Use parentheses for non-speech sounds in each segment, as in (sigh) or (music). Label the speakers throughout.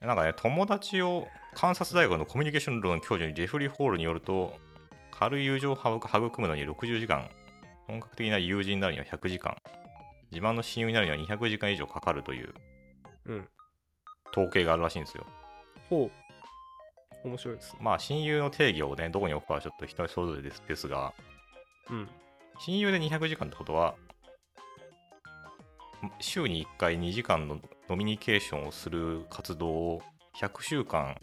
Speaker 1: なんかね、友達をカンサス大学のコミュニケーション論教授にジェフリー・ホールによると、軽い友情を育むのに60時間、本格的な友人になるには100時間、自慢の親友になるには200時間以上かかるという
Speaker 2: うん。
Speaker 1: 統計があるらしいんですよ。
Speaker 2: ほう。面白いですね。
Speaker 1: まあ、親友の定義をね、どこに置くかはちょっと人それぞれですですが、
Speaker 2: うん。
Speaker 1: 親友で200時間ってことは、週に1回2時間の飲みニケーションをする活動を100週間、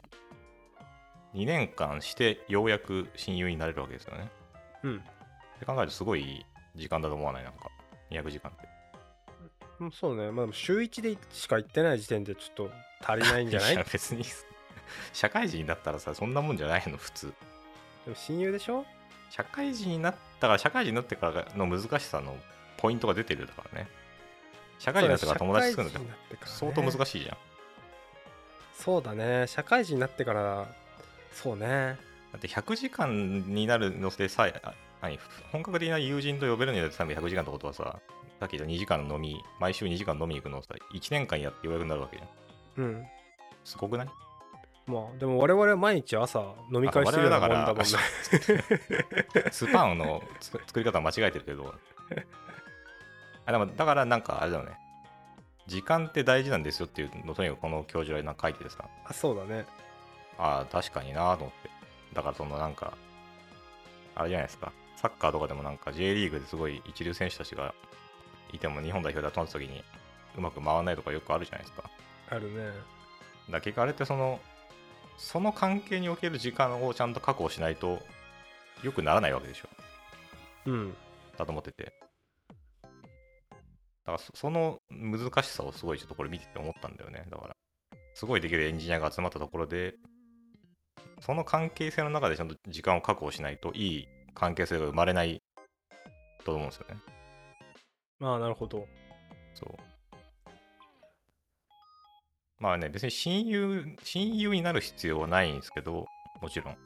Speaker 1: 2年間して、ようやく親友になれるわけですよね。
Speaker 2: うん。
Speaker 1: って考えると、すごい時間だと思わない、なんか、200時間って。
Speaker 2: うんそうね。まあでも週1でしか行ってない時点でちょっと足りないんじゃない
Speaker 1: や別に、 (laughs) 社会人だったらさ、そんなもんじゃないの、普通。
Speaker 2: でも親友でしょ
Speaker 1: 社会人になったから社会人になってからの難しさのポイントが出てるだからね社会人になってから友達作るのって相当難
Speaker 2: い。
Speaker 1: しいじゃんだ
Speaker 2: そうだね。社会人になってから、そうね。
Speaker 1: って100時間になるのでさえあ何本格的な友人と呼べるのにだって多分100時間ってことはささっき言った2時間の飲み毎週2時間飲みに行くのをさ1年間やってようやくなるわけじゃん
Speaker 2: うん。
Speaker 1: すごくない
Speaker 2: まあでも我々は毎日朝飲み会してるようなもんだもんね。
Speaker 1: (laughs) スパンのつ作り方間違えてるけどあでもだからなんかあれだよね時間って大事なんですよっていうのをとにかくこの教授はなんか書いててさ
Speaker 2: あそうだね。
Speaker 1: ああ、確かになと思って。だからそのなんか、あれじゃないですか。サッカーとかでもなんか J リーグですごい一流選手たちがいても日本代表だとなった時にうまく回らないとかよくあるじゃないですか。だか
Speaker 2: あるね。
Speaker 1: ら結局あれってその、その関係における時間をちゃんと確保しないと良くならないわけでしょ。
Speaker 2: うん。
Speaker 1: だと思ってて。だからそその難しさをすごいちょっとこれ見てて思ったんだよね。だから、すごいできるエンジニアが集まったところで、その関係性の中でちゃんと時間を確保しないと、いい関係性が生まれないと思うんですよね。
Speaker 2: まあなるほど。
Speaker 1: そう。まあね、別に親友、親友になる必要はないんですけど、もちろん。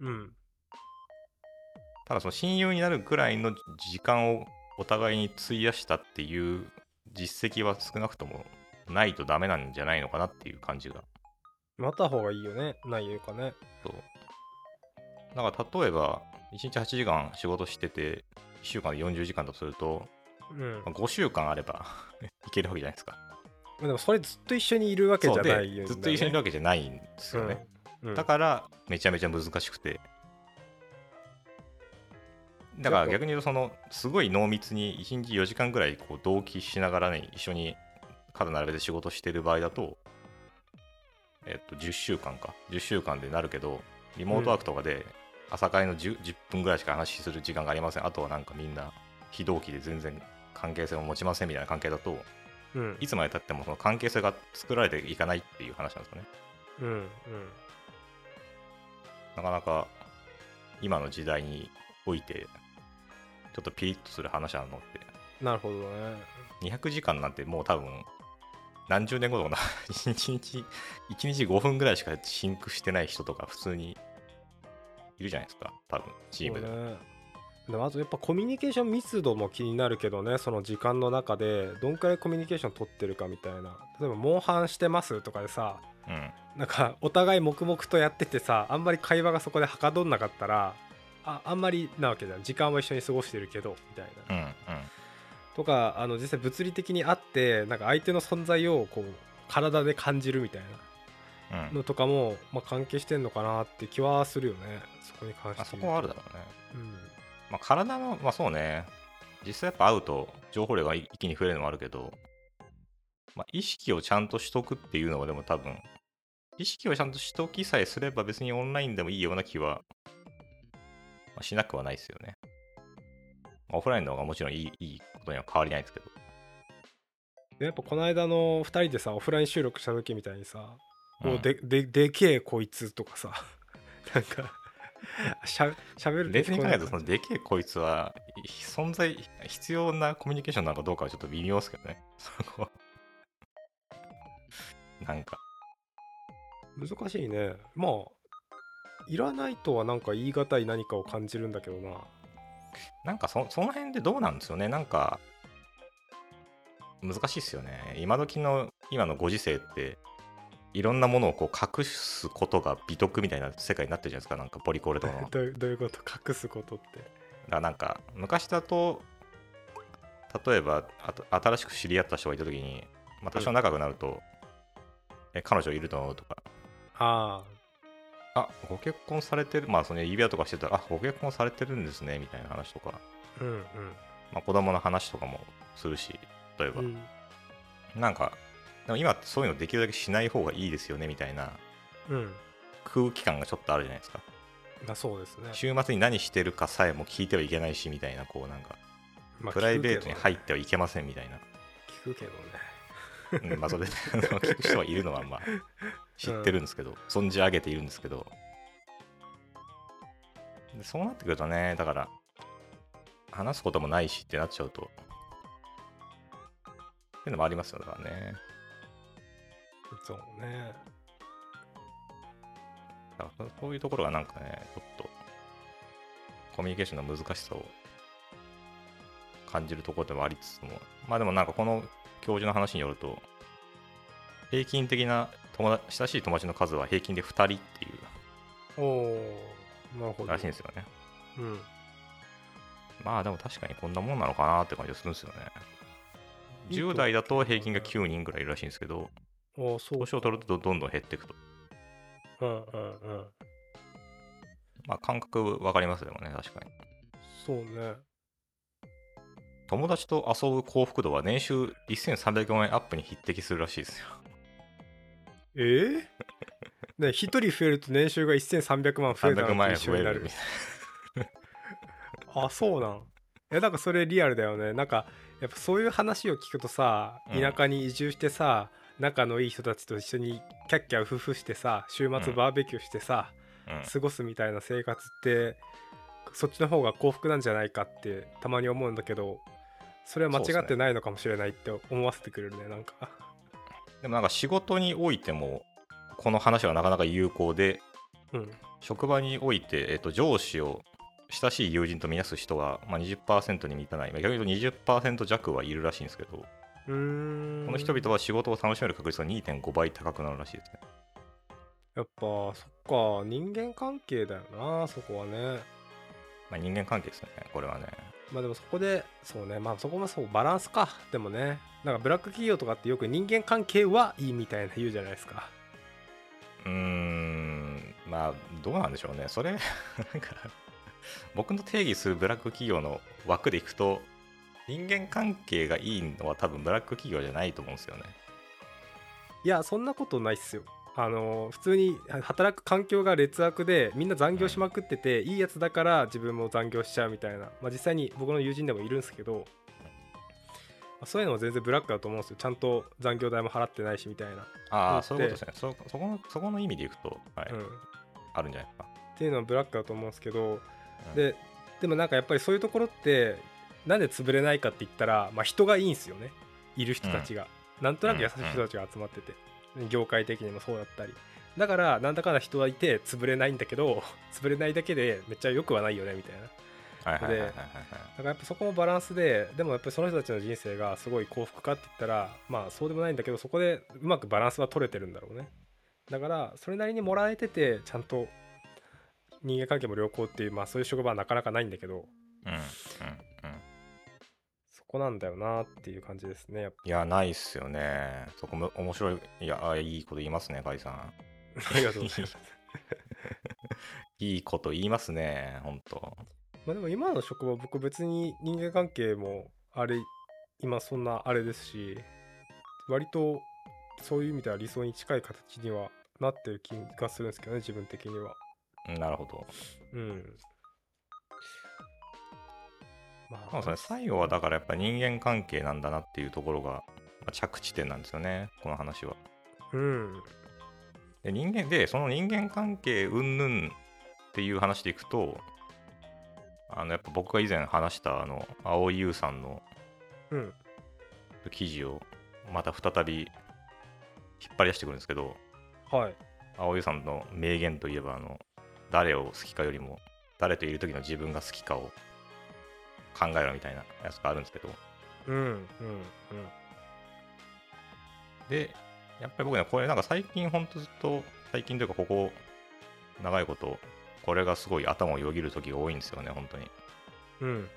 Speaker 2: うん。
Speaker 1: ただその親友になるぐらいの時間をお互いに費やしたっていう実績は少なくともないとダメなんじゃないのかなっていう感じが
Speaker 2: また方がいいよね。ないよりかね。
Speaker 1: そうだから例えば1日8時間仕事してて1週間で40時間だとすると
Speaker 2: うん。ま
Speaker 1: 5週間あれば (laughs) いけるわけじゃないですか
Speaker 2: あでもそれずっと一緒にいるわけじ
Speaker 1: そ
Speaker 2: ゃ
Speaker 1: う
Speaker 2: な
Speaker 1: で
Speaker 2: いよね。
Speaker 1: ずっと一緒にいるわけじゃないんですよね、
Speaker 2: うん。うん
Speaker 1: だからめちゃめちゃ難しくてだから逆に言うとそのすごい濃密に1日4時間ぐらいこう同期しながらね一緒に肩並べて仕事してる場合だとえっと10週間か10週間でなるけどリモートワークとかで朝会の 10, 10分ぐらいしか話しする時間がありませんあとはなんかみんな非同期で全然関係性を持ちませんみたいな関係だと
Speaker 2: うん。
Speaker 1: いつまでたってもその関係性が作られていかないっていう話なんですよね
Speaker 2: うん。うん。
Speaker 1: なかなか今の時代において、ちょっとピリッとする話なのって、
Speaker 2: なるほどね。
Speaker 1: 200時間なんてもう多分、何十年後とかな、1日、一日5分ぐらいしかシンクしてない人とか、普通にいるじゃないですか、多分チームで。
Speaker 2: そうね。でもあとやっぱコミュニケーション密度も気になるけどねその時間の中でどんくらいコミュニケーション取ってるかみたいな例えば「モンハンしてます」とかでさ
Speaker 1: うん、
Speaker 2: なんかお互い黙々とやっててさあんまり会話がそこではかどんなかったらああんまりなわけじゃん時間は一緒に過ごしてるけどみたいな、
Speaker 1: うん、うん。
Speaker 2: とかあの実際物理的に会ってなんか相手の存在をこう体で感じるみたい
Speaker 1: うん
Speaker 2: なのとかも、まあ、関係してんのかなって気はするよねそこに関して
Speaker 1: あ
Speaker 2: 言う
Speaker 1: そ
Speaker 2: と
Speaker 1: こはあるだろうね。
Speaker 2: うん
Speaker 1: まあ、体の、まあそうね、実際やっぱ会うと情報量が一気に増えるのもあるけど、まあ、意識をちゃんとしとくっていうのはでも多分、意識をちゃんとしときさえすれば別にオンラインでもいいような気は、まあしなくはないですよね。まあオフラインの方がもちろんいいいいことには変わりないですけど。
Speaker 2: でやっぱこの間の2人でさオフライン収録した時みたいにさ「
Speaker 1: うん
Speaker 2: もうでででけえこいつ」とかさ (laughs) なんかしゃしゃべる
Speaker 1: 別に考えると、
Speaker 2: 聞
Speaker 1: そ
Speaker 2: こ
Speaker 1: のでけえこいつは、存在、必要なコミュニケーションなのかどうかはちょっと微妙ですけどね。そこは。なんか、
Speaker 2: えなかった難しいねまあいらないとはなんか言い難い何かを感じるんだけどな
Speaker 1: なんかそその辺でどうなんですよねなんか難しいっすよね今時の今のご時世っていろんなものをこう隠すことが美徳みたいな世界になってるじゃないですかなんかポリコレと
Speaker 2: (laughs)
Speaker 1: かのだか
Speaker 2: どういうどういうこと隠すことって
Speaker 1: らなんか昔だと例えばあと新しく知り合った人がいた時に、まあ、多少仲良くなると、え彼女いるのとか
Speaker 2: あ
Speaker 1: あご結婚されてるまあその指輪とかしてたらあご結婚されてるんですねみたいな話とか、
Speaker 2: あうん
Speaker 1: まあ、子供の話とかもするし例えば、
Speaker 2: うんうん
Speaker 1: なんかでも今ってそういうのできるだけしない方がいいですよねみたいな
Speaker 2: うん
Speaker 1: 空気感がちょっとあるじゃないですか
Speaker 2: まあそうですね、
Speaker 1: 週末に何してるかさえも聞いてはいけないしみたいなこうなんか
Speaker 2: まあ
Speaker 1: プライベートに入
Speaker 2: 聞
Speaker 1: ってはいけませんみたいな、
Speaker 2: くけどね
Speaker 1: うんまあそれ
Speaker 2: (laughs)
Speaker 1: であの聞く人はいるのはまあ知ってるんですけど、存じ上げているんですけどでそうなってくるとねだから話すこともないしってなっちゃうとっていうのもありますよだからね
Speaker 2: 聞くけどねそうね
Speaker 1: だからそういうところがなんかねちょっとコミュニケーションの難しさを感じるところではありつつもまあでもなんかこの教授の話によると平均的な友達親しい友達の数は平均で2人ってい
Speaker 2: おおなるほ
Speaker 1: う
Speaker 2: ど
Speaker 1: らしいんですよね
Speaker 2: うん
Speaker 1: まあでも確かにこんなもんなのかなって感じがするんですよね10代だと平均が9人ぐらいいるらしいんですけど
Speaker 2: おおそう
Speaker 1: 年を取るとどんどん減っていくと
Speaker 2: うんうんうん
Speaker 1: まあ感覚わかりますでもね確かに
Speaker 2: そうね
Speaker 1: 友達と遊ぶ幸福度は年収1300万円アップに匹敵するらしいですよ。
Speaker 2: え (laughs) ー、ね一人増えると年収が1300万増えた
Speaker 1: 300
Speaker 2: の
Speaker 1: 万
Speaker 2: と
Speaker 1: 円
Speaker 2: 一緒
Speaker 1: 増え
Speaker 2: にな
Speaker 1: る
Speaker 2: る
Speaker 1: みたい
Speaker 2: あそうなんいやなんかそれリアルだよねなんかやっぱそういう話を聞くとさ
Speaker 1: うん
Speaker 2: 田舎に移住してさ、仲のいい人たちと一緒にキャッキャウフフしてさ週
Speaker 1: う
Speaker 2: 末
Speaker 1: ん
Speaker 2: バーベキューしてさ、
Speaker 1: な。うん
Speaker 2: 過ごすみたいな生活ってそっちの方が幸福なんじゃないかってたまに思うんだけどそれは間違ってないのかもしれないって思わせてくれるねなんか
Speaker 1: でもなんか仕事においてもこの話はなかなか有効で
Speaker 2: うん
Speaker 1: 職場において、えっと上司を親しい友人と見なす人が、まあ、20%に満たない、まあ逆に言うと20%弱はいるらしいんですけど
Speaker 2: うーん
Speaker 1: この人々は仕事を楽しめる確率が2.5倍高くなるらしいですね。
Speaker 2: やっぱそっか人間関係だよなそこはね
Speaker 1: まあ、人間関係ですよねこれはね。
Speaker 2: まあでもそこでそうねまあそこもそうバランスかでもねなんかブラック企業とかってよく人間関係はいいみたいな言うじゃないですか
Speaker 1: うーんまあどうなんでしょうねそれ (laughs) なんか僕の定義するブラック企業の枠でいくと人間関係がいいのは多分ブラック企業じゃないと思うんですよね
Speaker 2: いやそんなことないっすよあの普通に働く環境が劣悪でみんな残業しまくってて、いいやつだから自分も残業しちゃうみたいな、まあ、実際に僕の友人でもいるんですけど、まあそういうのは全然ブラックだと思うんですよちゃんと残業代も払ってないしみたいな、
Speaker 1: ああ
Speaker 2: そ
Speaker 1: そうう
Speaker 2: で
Speaker 1: い
Speaker 2: す
Speaker 1: うことですねそそこのそこの意味でいくと、はい
Speaker 2: うん、っ
Speaker 1: あるんじゃないですか、
Speaker 2: ていうのはブラックだと思うんですけど
Speaker 1: うん
Speaker 2: ででもなんかやっぱりそういうところってなんで潰れないかって言ったら、まあ、人がいいんですよねいる人たちが、なんとなく優しい人たちが集まってて、業界的にもそうだったりだからなんだかんだ人はいて潰れないんだけど (laughs) 潰れないだけでめっちゃ良くはないよねみたいなだか
Speaker 1: はいはいはいはいはい
Speaker 2: らやっぱそこもバランスででもやっぱりその人たちの人生がすごい幸福かって言ったらまあそうでもないんだけどそこでうまくバランスは取れてるんだろうねだからそれなりにもらえててちゃんと人間関係も良好っていうまあそういう職場はなかなかないんだけど
Speaker 1: うんうんうん
Speaker 2: そこなんだよなっていう感じですね。やっ
Speaker 1: いやないっすよねそこも面白いいやあいいこと言いますね甲斐さん
Speaker 2: ぱ (laughs) ありがとうございます。
Speaker 1: (laughs) いいこと言いますね本当
Speaker 2: まあでも今の職場僕別に人間関係もあれ今そんなあれですし割とそういう意味では理想に近い形にはなってる気がするんですけどね自分的には。
Speaker 1: なるほど
Speaker 2: うん。ま
Speaker 1: そうですね、最後はだからやっぱ人間関係なんだなっていうところがまあ着地点なんですよね、この話は。
Speaker 2: うん。
Speaker 1: で、人間で、その人間関係云々っていう話でいくと、あのやっぱ僕が以前話したあの蒼井優さんの
Speaker 2: うん。
Speaker 1: 記事をまた再び引っ張り出してくるんですけど、
Speaker 2: はい。
Speaker 1: 蒼井優さんの名言といえばあの、誰を好きかよりも、誰といる時の自分が好きかを考えろみたいなやつがあるんですけど、
Speaker 2: うん。うん。うん。
Speaker 1: で、やっぱり僕ね、これなんか最近、ほんとずっと、最近というか、ここ、長いこと、これがすごい頭をよぎる時が多いんですよね、本当に。
Speaker 2: うん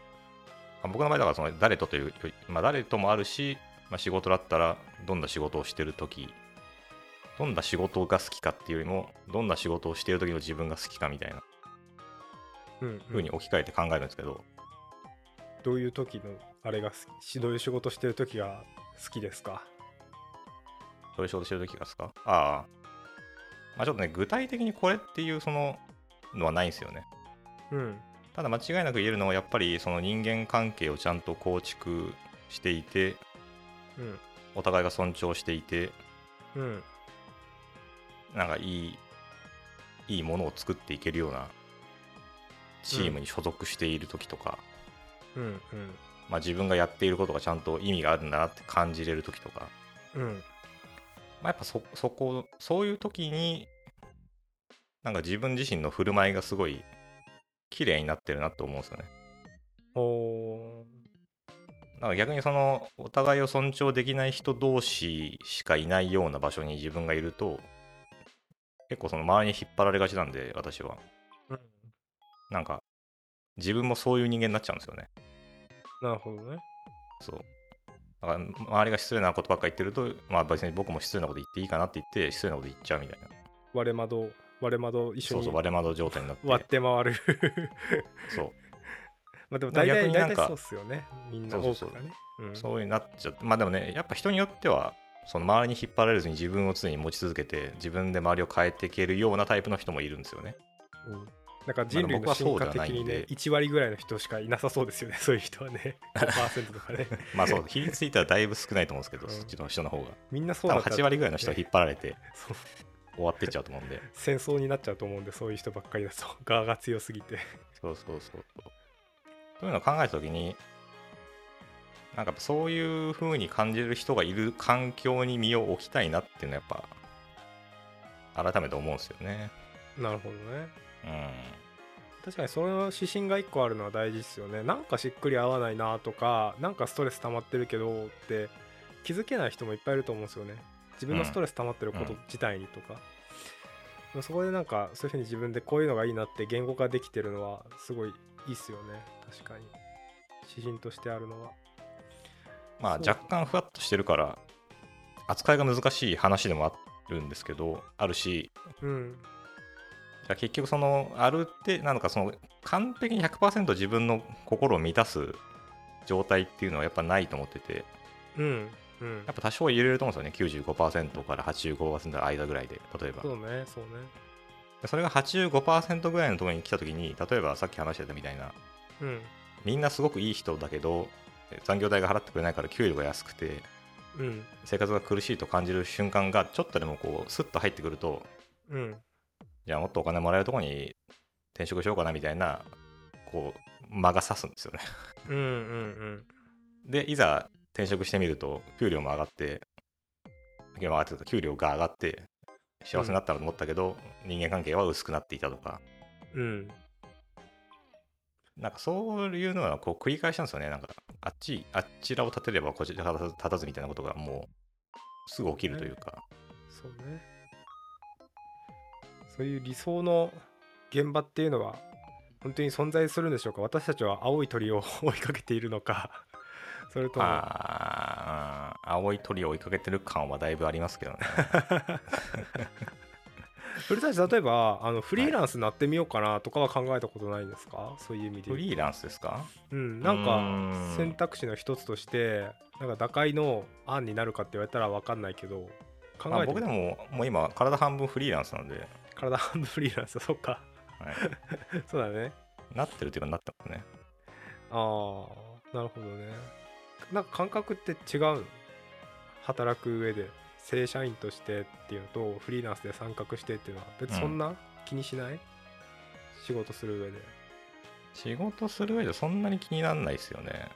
Speaker 1: あ僕の場合だからその誰とというより、まあ、誰ともあるし、まあ、仕事だったらどんな仕事をしてる時どんな仕事が好きかっていうよりもどんな仕事をしてる時の自分が好きかみたいな
Speaker 2: うんう
Speaker 1: 風
Speaker 2: ん
Speaker 1: に置き換えて考えるんですけど、
Speaker 2: どういう時のあれが好きしどういう仕事してる時が好きですか
Speaker 1: どういう仕事してる時がですかああまあちょっとね具体的にこれっていうそののはないんですよね
Speaker 2: うん
Speaker 1: ただ間違いなく言えるのはやっぱりその人間関係をちゃんと構築していて
Speaker 2: うん
Speaker 1: お互いが尊重していて
Speaker 2: うん
Speaker 1: なんかいい、いいものを作っていけるようなチームに所属している時とか、
Speaker 2: うん
Speaker 1: まあ、自分がやっていることがちゃんと意味があるんだなって感じれる時とか、
Speaker 2: うんうん
Speaker 1: まあ、やっぱそ、そこ、そういう時に、なんか自分自身の振る舞いがすごい綺麗になってるなと思うんですよね。
Speaker 2: おー
Speaker 1: なんか逆にその、お互いを尊重できない人同士しかいないような場所に自分がいると、結構その周りに引っ張られがちなんで、私は。
Speaker 2: うん
Speaker 1: なんか、自分もそういう人間になっちゃうんですよね。
Speaker 2: なるほどね
Speaker 1: そう。だから、周りが失礼なことばっか言ってると、まあ別に僕も失礼なこと言っていいかなって言って、失礼なこと言っちゃうみたいな。
Speaker 2: 割れ窓割れ窓一
Speaker 1: そ
Speaker 2: 緒
Speaker 1: う
Speaker 2: に
Speaker 1: そう、割れ窓状態になって。
Speaker 2: 割って回る (laughs)
Speaker 1: そ
Speaker 2: まあでも大体
Speaker 1: 逆にな
Speaker 2: 大
Speaker 1: んか
Speaker 2: 体そうっすよねみんな
Speaker 1: そう
Speaker 2: 多
Speaker 1: そうそう
Speaker 2: くがねうん
Speaker 1: う。そういうになっちゃって。まあでもね、やっぱ人によっては、その周りに引っ張られずに自分を常に持ち続けて、自分で周りを変えていけるようなタイプの人もいるんですよね。
Speaker 2: うんなんか人類の進化
Speaker 1: まあ僕はそう
Speaker 2: 的に
Speaker 1: ではないん
Speaker 2: ね
Speaker 1: で
Speaker 2: 1割ぐらいの人しかいなさそうですよね (laughs) そういう人はね5%とかね (laughs)
Speaker 1: まあそう、比率ついたらだいぶ少ないと思うんですけど、
Speaker 2: うん
Speaker 1: そっちの人の方が。
Speaker 2: みんなそ
Speaker 1: 多
Speaker 2: う
Speaker 1: 分
Speaker 2: なっちゃう
Speaker 1: 8割ぐらいの人は引っ張られて
Speaker 2: そう
Speaker 1: 終わってっちゃうと思うんで。
Speaker 2: 戦争になっちゃうと思うんでそういう人ばっかりだと (laughs) 側が強すぎて (laughs)
Speaker 1: そうそうそうそう。そういうのを考えたときに、なんかやっぱそういう風に感じる人がいる環境に身を置きたいなっていうのはやっぱ改めて思うんですよね。
Speaker 2: なるほどね
Speaker 1: うん。
Speaker 2: 確かにその指針が1個あるのは大事ですよねなんかしっくり合わないなとかなんかストレス溜まってるけどって気づけない人もいっぱいいると思うんですよね自分のストレス溜まってること自体にとか、そこでなんかそういうふうに自分でこういうのがいいなって言語化できてるのはすごいいいっすよね確かに指針としてあるのは
Speaker 1: まあ
Speaker 2: そう
Speaker 1: 若干ふわっとしてるから、扱いが難しい話でもあるんですけど、あるし、
Speaker 2: うん
Speaker 1: じゃあ結局その、あるって、なんかその、完璧に100%自分の心を満たす状態っていうのはやっぱないと思ってて、
Speaker 2: うんうん
Speaker 1: やっぱ多少は揺れると思うんですよね。95%から85%の間ぐらいで、例えば。
Speaker 2: そうねそうね
Speaker 1: でそれが85%ぐらいのところに来たときに、例えばさっき話してたみたいな、
Speaker 2: うん
Speaker 1: みんなすごくいい人だけど、え残業代が払ってくれないから給料が安くて、
Speaker 2: うん
Speaker 1: 生活が苦しいと感じる瞬間が、ちょっとでもこう、スッと入ってくると、
Speaker 2: うん
Speaker 1: じゃあもっとお金もらえるところに転職しようかなみたいな、こう、間が差すんですよね。
Speaker 2: うんうん
Speaker 1: で、いざ転職してみると、給料も上がって、給料も上がってた給料が上がって、幸せになったなと思ったけど、人間関係は薄くなっていたとか、
Speaker 2: うんうん
Speaker 1: なんかそういうのはこう繰り返したんですよね。なんかあっち、あっちらを立てればこちらが立たずみたいなことがもうすぐ起きるというか。
Speaker 2: そうね。そういう理想の現場っていうのは本当に存在するんでしょうか私たちは青い鳥を (laughs) 追いかけているのか (laughs) それとも、
Speaker 1: まあ、青い鳥を追いかけてる感はだいぶありますけどね。
Speaker 2: それたち例えばあのフリーランスになってみようかなとかは考えたことないですか、そういう意味
Speaker 1: (laughs)
Speaker 2: で
Speaker 1: フ
Speaker 2: 言う
Speaker 1: リーランスですか
Speaker 2: と、うん、なんか
Speaker 1: うーん
Speaker 2: 選択肢の一つとしてなんか打開の案になるかって言われたら分かんないけど考
Speaker 1: まあ
Speaker 2: えて
Speaker 1: 僕で
Speaker 2: みて
Speaker 1: ももう今、体半分フリーランスなんで、は
Speaker 2: 体半分フリーランスそっか (laughs)
Speaker 1: い、
Speaker 2: そうだね
Speaker 1: なってるというかなってますね。
Speaker 2: ああなるほどねなんか感覚って違う働く上で正社員としてっていうのとフリーランスで参画してっていうのは別にそんな気にしない、仕事する上で
Speaker 1: 仕事する上でそんなに気にならないですよね。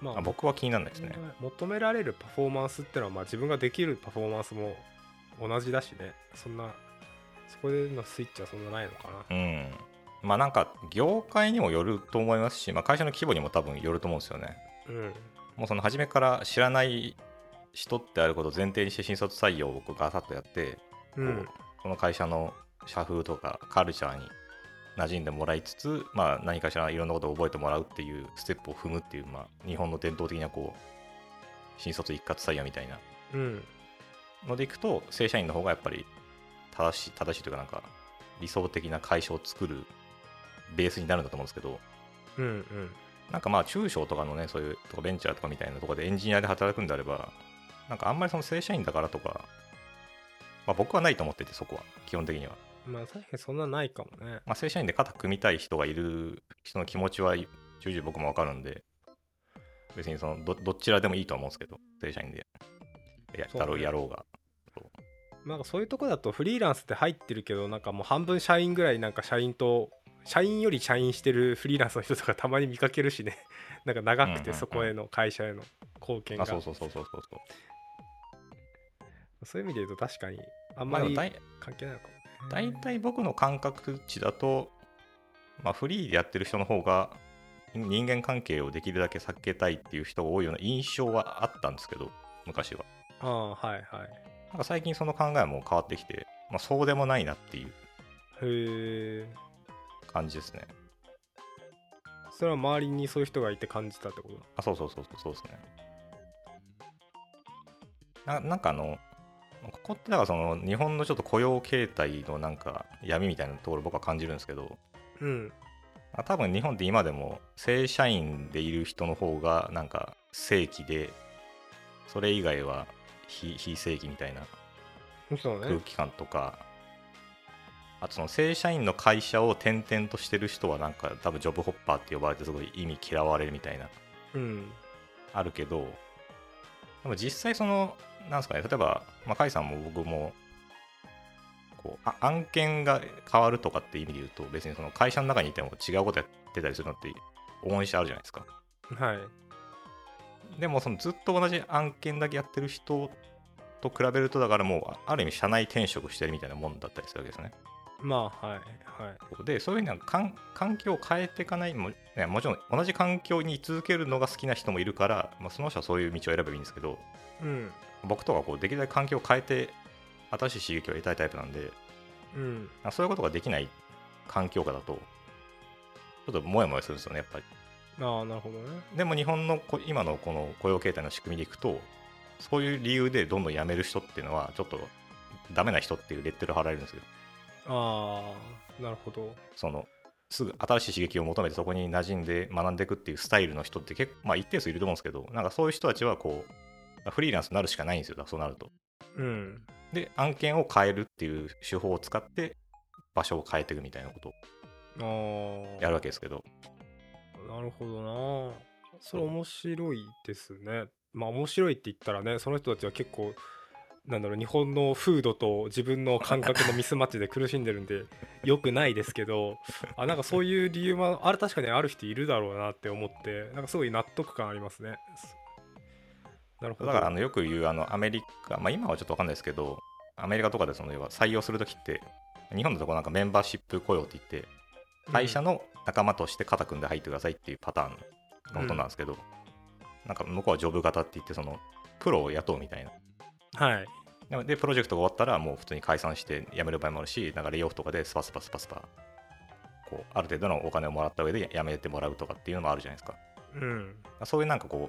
Speaker 2: ま
Speaker 1: うん、あ僕は気にならないです
Speaker 2: 求め
Speaker 1: ね。
Speaker 2: 求められるパフォーマンスってのはまあ自分ができるパフォーマンスも同じだしねそんなそこでのスイッチはそんなないのかな
Speaker 1: うん。まあなんか、業界にもよると思いますし、まあ、会社の規模にも多分よると思うんですよね。
Speaker 2: うん
Speaker 1: もうその初めから知らないしとってあることを前提にして新卒採用を僕ガサッとやって、
Speaker 2: うん
Speaker 1: この会社の社風とかカルチャーに馴染んでもらいつつ、まあ、何かしらいろんなことを覚えてもらうっていうステップを踏むっていう、まあ、日本の伝統的なこう新卒一括採用みたいな
Speaker 2: うん
Speaker 1: のでいくと正社員の方がやっぱり正しい正しいというかなんか理想的な会社を作るベースになるんだと思うんですけど
Speaker 2: うんうん
Speaker 1: なんかまあ中小とかのねそういうとかベンチャーとかみたいなところでエンジニアで働くんであればなんかあんまりその正社員だからとか、まあ、僕はないと思っててそこは基本的には、
Speaker 2: まあ確かにそんなないかもね
Speaker 1: まあ、正社員で肩組みたい人がいる人の気持ちは重々僕もわかるんで別にそのどどちらでもいいとは思うんですけど正社員でや
Speaker 2: そうね
Speaker 1: だろうやろうが
Speaker 2: なんかそういうとこだとフリーランスって入ってるけどなんかもう半分社員ぐらいなんか社員と社員より社員してるフリーランスの人とかたまに見かけるしね (laughs) なんか長く
Speaker 1: うんうんう
Speaker 2: て
Speaker 1: ん
Speaker 2: そこへの会社への貢献が
Speaker 1: あ
Speaker 2: そ
Speaker 1: そううそうそうそうそうそう
Speaker 2: いう意味で言うと確かにあん
Speaker 1: ま
Speaker 2: ま
Speaker 1: あで
Speaker 2: り
Speaker 1: も大
Speaker 2: 関係ないのかもね
Speaker 1: 大体僕の感覚値だと、まあ、フリーでやってる人の方が人間関係をできるだけ避けたいっていう人が多いような印象はあったんですけど昔は
Speaker 2: ああはいはい
Speaker 1: なんか最近その考えも変わってきて、まあ、そうでもないなっていう
Speaker 2: へえ
Speaker 1: 感じですね
Speaker 2: それは周りにそういう人がいて感じたってこと
Speaker 1: あそうそうそうそうそうですねななんかあのここってだからその日本のちょっと雇用形態のなんか闇みたいなところ僕は感じるんですけど、
Speaker 2: うん
Speaker 1: まあ、多分日本って今でも正社員でいる人の方がなんか正規でそれ以外は非非正規みたいな
Speaker 2: そう
Speaker 1: 空
Speaker 2: ね
Speaker 1: 気感とかあとその正社員の会社を転々としてる人はなんか多分ジョブホッパーって呼ばれてすごい意味嫌われるみたいな
Speaker 2: うん
Speaker 1: あるけどでも実際そのなんですかね例えば、まあ、甲斐さんも僕もこうあ案件が変わるとかって意味で言うと別にその会社の中にいても違うことやってたりするのって往々にしてあるじゃないですか
Speaker 2: はい
Speaker 1: でもそのずっと同じ案件だけやってる人と比べるとだからもうあある意味社内転職してるみたいなもんだったりするわけですよね
Speaker 2: まあはいはい
Speaker 1: でそういうふうになんか環環境を変えていかないも,、ね、もちろん同じ環境に居続けるのが好きな人もいるから、まあ、その人はそういう道を選べばいいんですけど
Speaker 2: うん
Speaker 1: 僕とかこうできるだけ環境を変えて新しい刺激を得たいタイプなんで
Speaker 2: うん
Speaker 1: あそういうことができない環境下だとちょっとモヤモヤするんですよねやっぱり
Speaker 2: ああなるほどね
Speaker 1: でも日本のこ今のこの雇用形態の仕組みでいくとそういう理由でどんどん辞める人っていうのはちょっとダメな人っていうレッテルを貼られるんですよ
Speaker 2: ああなるほど
Speaker 1: そのすぐ新しい刺激を求めてそこに馴染んで学んでいくっていうスタイルの人って結構まあ一定数いると思うんですけどなんかそういう人たちはこうフリーランスになるしかないんですよだからそうなると
Speaker 2: うん
Speaker 1: で案件を変えるっていう手法を使って場所を変えていくみたいなことを
Speaker 2: ああ
Speaker 1: やるわけですけど
Speaker 2: なるほどなそれ面白いですねまあ面白いって言ったらねその人たちは結構なんだろう日本の風土と自分の感覚のミスマッチで苦しんでる
Speaker 1: (laughs)
Speaker 2: んでよくないですけどあなんかそういう理由はあれ確かにある人いるだろうなって思ってなんかすごい納得感ありますねなるほ
Speaker 1: だ
Speaker 2: ど
Speaker 1: からあのよく言うあのアメリカ、まあ、今はちょっと分かんないですけどアメリカとかでその要は採用するときって日本だとこうなんかメンバーシップ雇用って言って会社
Speaker 2: の
Speaker 1: の仲間として肩組んで入ってくださいっていうパターンのことなんですけど、なんか向こうはジョブ型って言ってそのプロを雇うみたいな
Speaker 2: はい
Speaker 1: でもでプロジェクトが終わったらもう普通に解散して辞める場合もあるしなんかレイオフとかでスパスパスパスパこうある程度のお金をもらった上で辞めてもらうとかっていうのもあるじゃないですか
Speaker 2: うん
Speaker 1: そういうなんかこ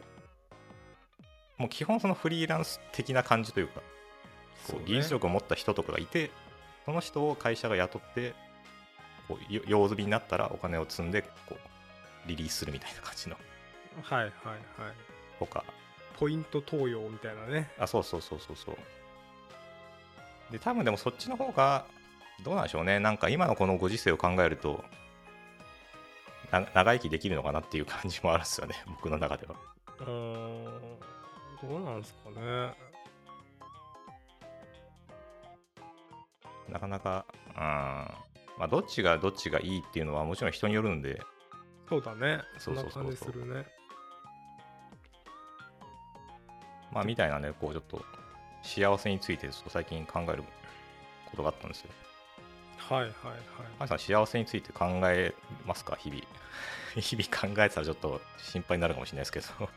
Speaker 1: うもう基本そのフリーランス的な感じというかこう技術力を持った人とかがいてその人を会社が雇ってこうよ用済みになったらお金を積んでこうリリースするみたいな感じの
Speaker 2: はいはいはい
Speaker 1: とか
Speaker 2: ポイント投与みたいなね
Speaker 1: あそうそうそうそうそうで多分でもそっちの方がどうなんでしょうねなんか今のこのご時世を考えるとな長生きできるのかなっていう感じもあるんですよね (laughs) 僕の中では
Speaker 2: うーんどうなんですかね
Speaker 1: なかなかうんまあどっちがどっちがいいっていうのはもちろん人によるんで
Speaker 2: そうだねそ
Speaker 1: そ
Speaker 2: ん
Speaker 1: う
Speaker 2: な
Speaker 1: そうそうそう
Speaker 2: 感じするね
Speaker 1: まあ、みたいなね、こう、ちょっと、幸せについて、ちょっと最近考えることがあったんですよ。
Speaker 2: はいはいはい
Speaker 1: あいさん、幸せについて考 (laughs) えますか、日々。日々考えてたら、ちょっと心配になるかもしれないですけど。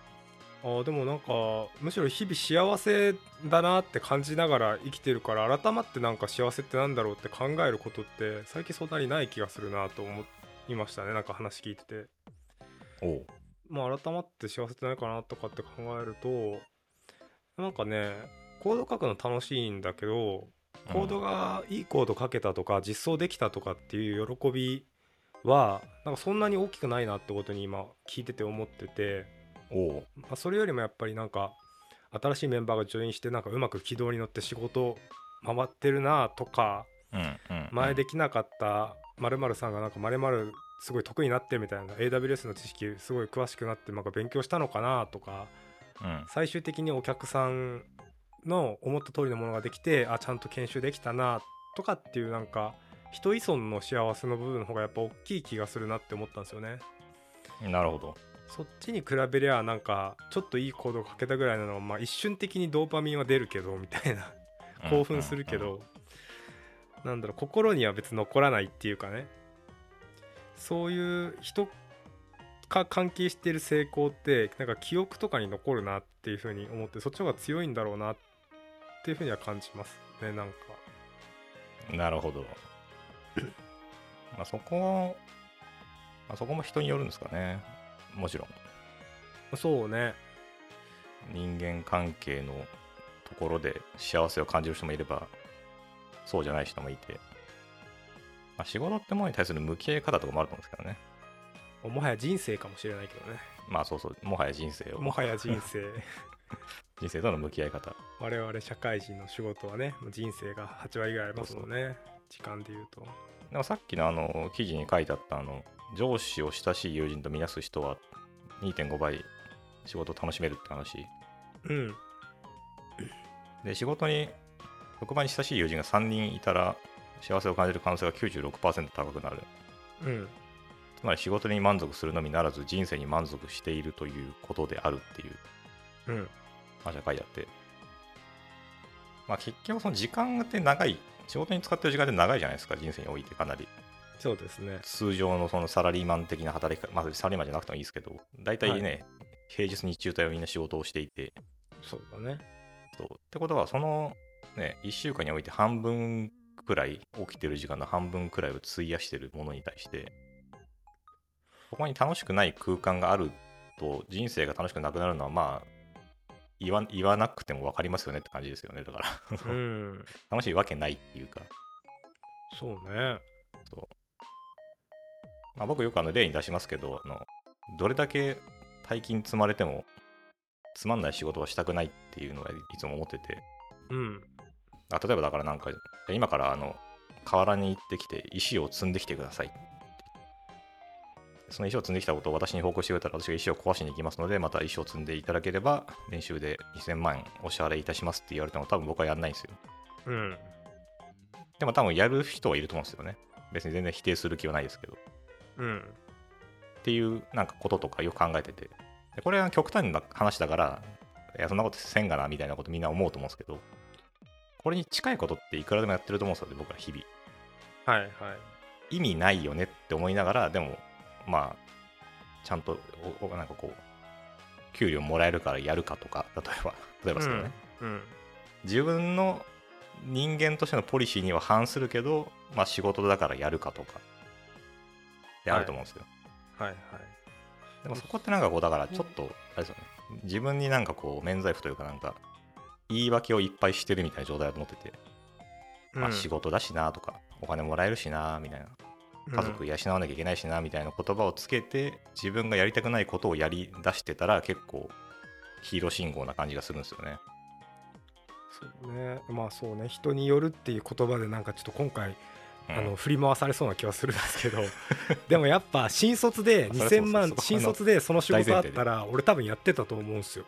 Speaker 2: あーでもなんかむしろ日々幸せだなって感じながら生きてるから改まってなんか幸せってなんだろうって考えることって最近そんなにない気がするなと思いましたねなんか話聞いてて
Speaker 1: (laughs) おう
Speaker 2: まあ改まって幸せってないかなとかって考えるとなんかねコード書くの楽しいんだけどコードがいいコード書けたとか実装できたとかっていう喜びはなんかそんなに大きくないなってことに今聞いてて思ってて。
Speaker 1: うんおう
Speaker 2: まあ、それよりもやっぱりなんか新しいメンバーがジョインしてなんかうまく軌道に乗って仕事回ってるなとか
Speaker 1: うんうんうん
Speaker 2: 前できなかったまるさんがなんかまるすごい得意になってるみたいな AWS の知識すごい詳しくなってなんか勉強したのかなとか
Speaker 1: うん
Speaker 2: 最終的にお客さんの思った通りのものができてあちゃんと研修できたなとかっていうなんか人依存の幸せの部分の方がやっぱ大きい気がするなって思ったんですよね。
Speaker 1: なるほど
Speaker 2: そっちに比べりゃなんかちょっといい行動かけたぐらいなのは、まあ、一瞬的にドーパミンは出るけどみたいな興奮するけど、なんだろう心には別に残らないっていうかねそういう人が関係してる成功ってなんか記憶とかに残るなっていうふうに思ってそっちの方が強いんだろうなっていうふうには感じますねなんか
Speaker 1: うんうんなるほど (coughs) まあそこは、まあ、そこも人によるんですかねもちろん
Speaker 2: そうね
Speaker 1: 人間関係のところで幸せを感じる人もいればそうじゃない人もいて、まあ、仕事ってものに対する向き合い方とかもあると思うんですけどね
Speaker 2: もはや人生かもしれないけどね
Speaker 1: まあそうそうもはや人生を
Speaker 2: もはや人生 (laughs)
Speaker 1: 人生との向き合い方
Speaker 2: 我々社会人の仕事はねもう人生が8割ぐらいありますもんね時間で言うと
Speaker 1: でもさっきのあの記事に書いてあったあの上司を親しい友人とみなす人は2.5倍仕事を楽しめるって話
Speaker 2: うん
Speaker 1: で仕事に職場に親しい友人が3人いたら幸せを感じる可能性が96%高くなる
Speaker 2: うん
Speaker 1: つまり仕事に満足するのみならず人生に満足しているということであるっていう
Speaker 2: うん
Speaker 1: 話が書いてあって、まあ、結局その時間って長い仕事に使ってる時間って長いじゃないですか人生においてかなり
Speaker 2: そうですね
Speaker 1: 通常のそのサラリーマン的な働き方、まあ、サラリーマンじゃなくてもいいですけど大体ね、平日日中帯はみんな仕事をしていて
Speaker 2: そうだ (laughs) ね
Speaker 1: そうってことはその、ね、1週間において半分くらい起きてる時間の半分くらいを費やしてるものに対してここに楽しくない空間があると人生が楽しくなくなるのはまあ言わ言わなくても分かりますよねって感じですよねだから
Speaker 2: うん
Speaker 1: 楽しいわけないっていうか、
Speaker 2: そうね
Speaker 1: まあ、僕よくあの例に出しますけどあのどれだけ大金積まれてもつまんない仕事はしたくないっていうのがいつも思ってて
Speaker 2: うん
Speaker 1: あ例えばだからなんか今からあの河原に行ってきて石を積んできてくださいその石を積んできたことを私に報告してくれたら私が石を壊しに行きますのでまた石を積んでいただければ練習で2000万円お支払いいたしますって言われても多分僕はやんないんですよ
Speaker 2: うん
Speaker 1: でも多分やる人はいると思うんですよね別に全然否定する気はないですけど
Speaker 2: うん
Speaker 1: っていうなんかこととかよく考えててでこれは極端な話だからいやそんなことせんがなみたいなことみんな思うと思うんですけどこれに近いことっていくらでもやってると思うんですよね僕ら日々
Speaker 2: はいはい
Speaker 1: 意味ないよねって思いながらでもまあちゃんとおおなんかこう給料もらえるからやるかとか例えば (laughs) 例えばですけどね、
Speaker 2: うん
Speaker 1: 自分の人間としてのポリシーには反するけど、まあ、仕事だからやるかとかであると思うんですよ、
Speaker 2: はいはい
Speaker 1: でもそこってなんかこうだからちょっとあれですよね自分になんかこう免罪符というかなんか言い訳をいっぱいしてるみたいな状態だと思ってて、まあ、仕事だしなとかお金もらえるしなみたいな家族養わなきゃいけないしなみたいな言葉をつけて自分がやりたくないことをやりだしてたら結構ヒーロー信号な感じがするんですよね。
Speaker 2: そうねまあそうね人によるっていう言葉でなんかちょっと今回
Speaker 1: うん
Speaker 2: あの振り回されそうな気はするんです
Speaker 1: (laughs)
Speaker 2: けどでもやっぱ新卒で
Speaker 1: あそれはそう
Speaker 2: 2000万
Speaker 1: そうそう
Speaker 2: 新卒でその仕
Speaker 1: 大前
Speaker 2: 事あっ
Speaker 1: 提で
Speaker 2: たら俺多分やってたと思うんですよ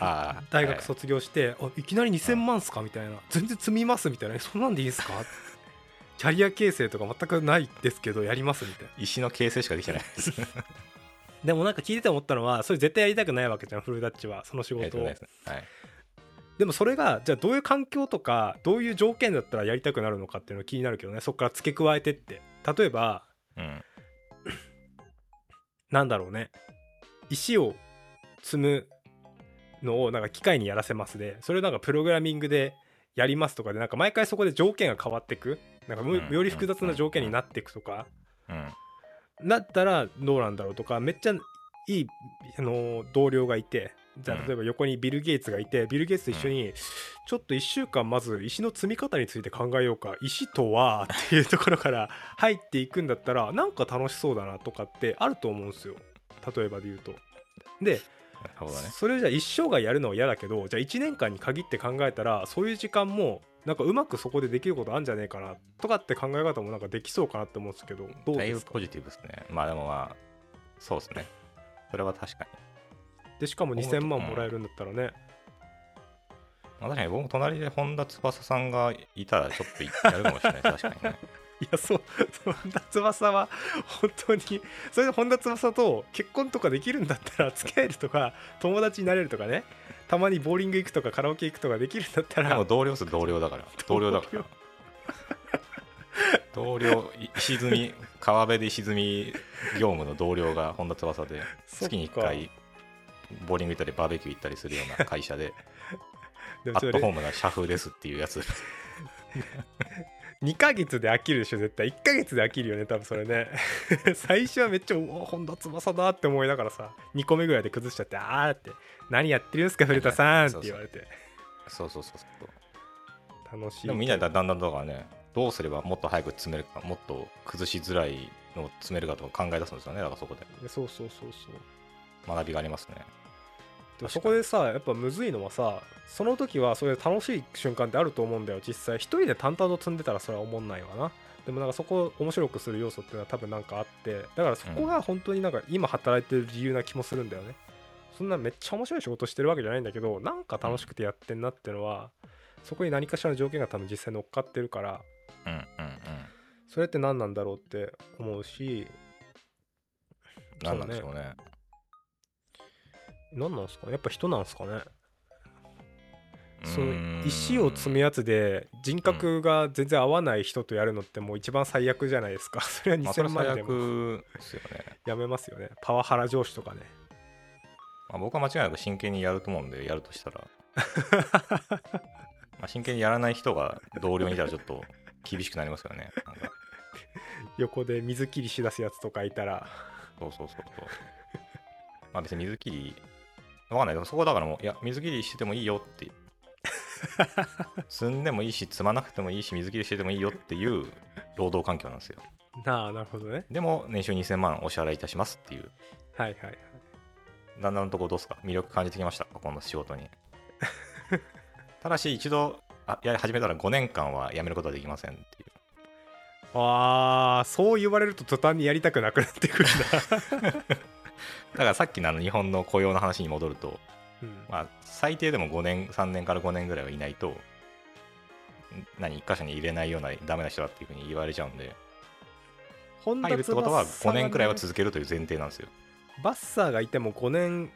Speaker 1: あー
Speaker 2: 大
Speaker 1: は
Speaker 2: 学
Speaker 1: い
Speaker 2: 卒業して、あいきなり2000万っすかみたいな全然積みますみたいなえそんなんでいいんすか (laughs) キャリア形成とか全くないですけどやりますみたいな
Speaker 1: 石の形成しかできてないです。
Speaker 2: でもなんか聞いてて思ったのはそれ絶対やりたくないわけじゃんフルダッチはその仕
Speaker 1: やりた
Speaker 2: 事
Speaker 1: く
Speaker 2: を
Speaker 1: ないですねはい
Speaker 2: でもそれがじゃあどういう環境とかどういう条件だったらやりたくなるのかっていうのが気になるけどねそこから付け加えてって例えば
Speaker 1: うん
Speaker 2: なんだろうね石を積むのをなんか機械にやらせますでそれをなんかプログラミングでやりますとかでなんか毎回そこで条件が変わってくなんかむ
Speaker 1: うん
Speaker 2: より複雑な条件になっていくとか
Speaker 1: うん。
Speaker 2: だったらどうなんだろうとかめっちゃいい、あのー同僚がいてじゃ
Speaker 1: う
Speaker 2: あ
Speaker 1: ん
Speaker 2: 例えば横にビル・ゲイツがいてビル・ゲイツと一緒にちょっと1週間まず石の積み方について考えようか石とはっていうところから (laughs) 入っていくんだったらなんか楽しそうだなとかってあると思うんですよ例えばで言うと。で
Speaker 1: なるほどね。
Speaker 2: それをじゃあ一生涯やるのは嫌だけどじゃあ1年間に限って考えたらそういう時間もなんかうまくそこでできることあるんじゃねえかなとかって考え方もなんかできそうかなって思うんですけどどう
Speaker 1: だい
Speaker 2: で
Speaker 1: ぶ
Speaker 2: すか
Speaker 1: ポジティブですね。まあでもまあ、そうですね。それは確かに。
Speaker 2: でしかも2000万もらえるんだったらね、
Speaker 1: まあ、確かに僕も隣で本田翼さんがい (laughs) たらちょっとやるかもしれない。確かに (laughs) ね。
Speaker 2: いやそう (laughs) 本田翼は本当にそれで本田翼と結婚とかできるんだ (laughs) ったら付き合えるとか友達になれるとかねたまにボーリング行くとかカラオケ行くとかできるんだった
Speaker 1: でも
Speaker 2: ら
Speaker 1: 同僚です同僚だから。同僚だから。同僚、い石積み、川辺で石積み業務の同僚が本田翼 (laughs) で、月に1回、ボーリング行ったり、バーベキュー行ったりするような会社 (laughs) で、
Speaker 2: (laughs) で
Speaker 1: ア
Speaker 2: もそ
Speaker 1: ットホー
Speaker 2: れ
Speaker 1: ムな社風ですっていうや (laughs) つ。
Speaker 2: 2ヶ月で飽きるでしょ絶対1ヶ月で飽きるよね多分それ (laughs) ね最初はめっちゃ「うわ本田翼だ」って思いながらさ2個目ぐらいで崩しちゃって「あー」って「何やってるんすか古田さん」って言われて
Speaker 1: そうそうそうそう。
Speaker 2: 楽しい
Speaker 1: でもみんなだだんだんだからね、どうすればもっと早く詰めるか、もっと崩しづらいのを詰めるかとか考え出すんですよね、だからそこで。
Speaker 2: そうそうそうそう
Speaker 1: 学びがありますね。
Speaker 2: でもそこでさやっぱむずいのはさその時はそれで楽しい瞬間ってあると思うんだよ実際一人で淡々と積んでたらそれは思んないわなでもなんかそこを面白くする要素っていうのは多分なんかあってだからそこが本当になんか今働いてる理由な気もするんだよね、そんなめっちゃ面白い仕事してるわけじゃないんだけどなんか楽しくてやってんなってのはそこに何かしらの条件が多分実際乗っかってるから
Speaker 1: うんうんうん。
Speaker 2: それって何なんだろうって思うし
Speaker 1: 何なんでしょうね。
Speaker 2: 何なんですかねやっぱ人なんですかねそうの
Speaker 1: ーん
Speaker 2: 石を積むやつで人格が全然合わない人とやるのってもう一番最悪じゃないですか (laughs) それは
Speaker 1: まあ、それ
Speaker 2: 2000
Speaker 1: は最
Speaker 2: 万でも
Speaker 1: 悪ですよね。
Speaker 2: やめますよねパワハラ上司とかね
Speaker 1: まあ、僕は間違いなく真剣にやると思うんで、やるとしたら。
Speaker 2: (laughs)
Speaker 1: まあ、真剣にやらない人が同僚にいたらちょっと厳しくなりますよね。なんか
Speaker 2: 横で水切りしだすやつとかいたら (laughs)
Speaker 1: そうそうそうそう。まあ別に水切り、わかんない。でもそこだからもう、いや、水切りしててもいいよって。積んでもいいし、積まなくてもいいし、水切りしててもいいよっていう労働環境なんですよ。
Speaker 2: なあなるほどね
Speaker 1: でも、年収2000万お支払いいたしますっていう。
Speaker 2: はいはいはい
Speaker 1: だんだんとこどうですか魅力感じてきましたこの仕事に (laughs) ただし一度あやり始めたら5年間は辞めることはできませんっていう
Speaker 2: あーそう言われると途端にやりたくなくなってくる
Speaker 1: (laughs)
Speaker 2: な、
Speaker 1: だからさっきのあの日本の雇用の話に戻ると、
Speaker 2: うん
Speaker 1: まあ、最低でも5年3年から5年ぐらいはいないとん何一箇所に入れないようなダメな人だっていうふうに言われちゃうんで
Speaker 2: 本
Speaker 1: 入るってことは
Speaker 2: 翼
Speaker 1: 5
Speaker 2: がね
Speaker 1: 年くらいは続けるという前提なんですよ
Speaker 2: バッサーがいても5年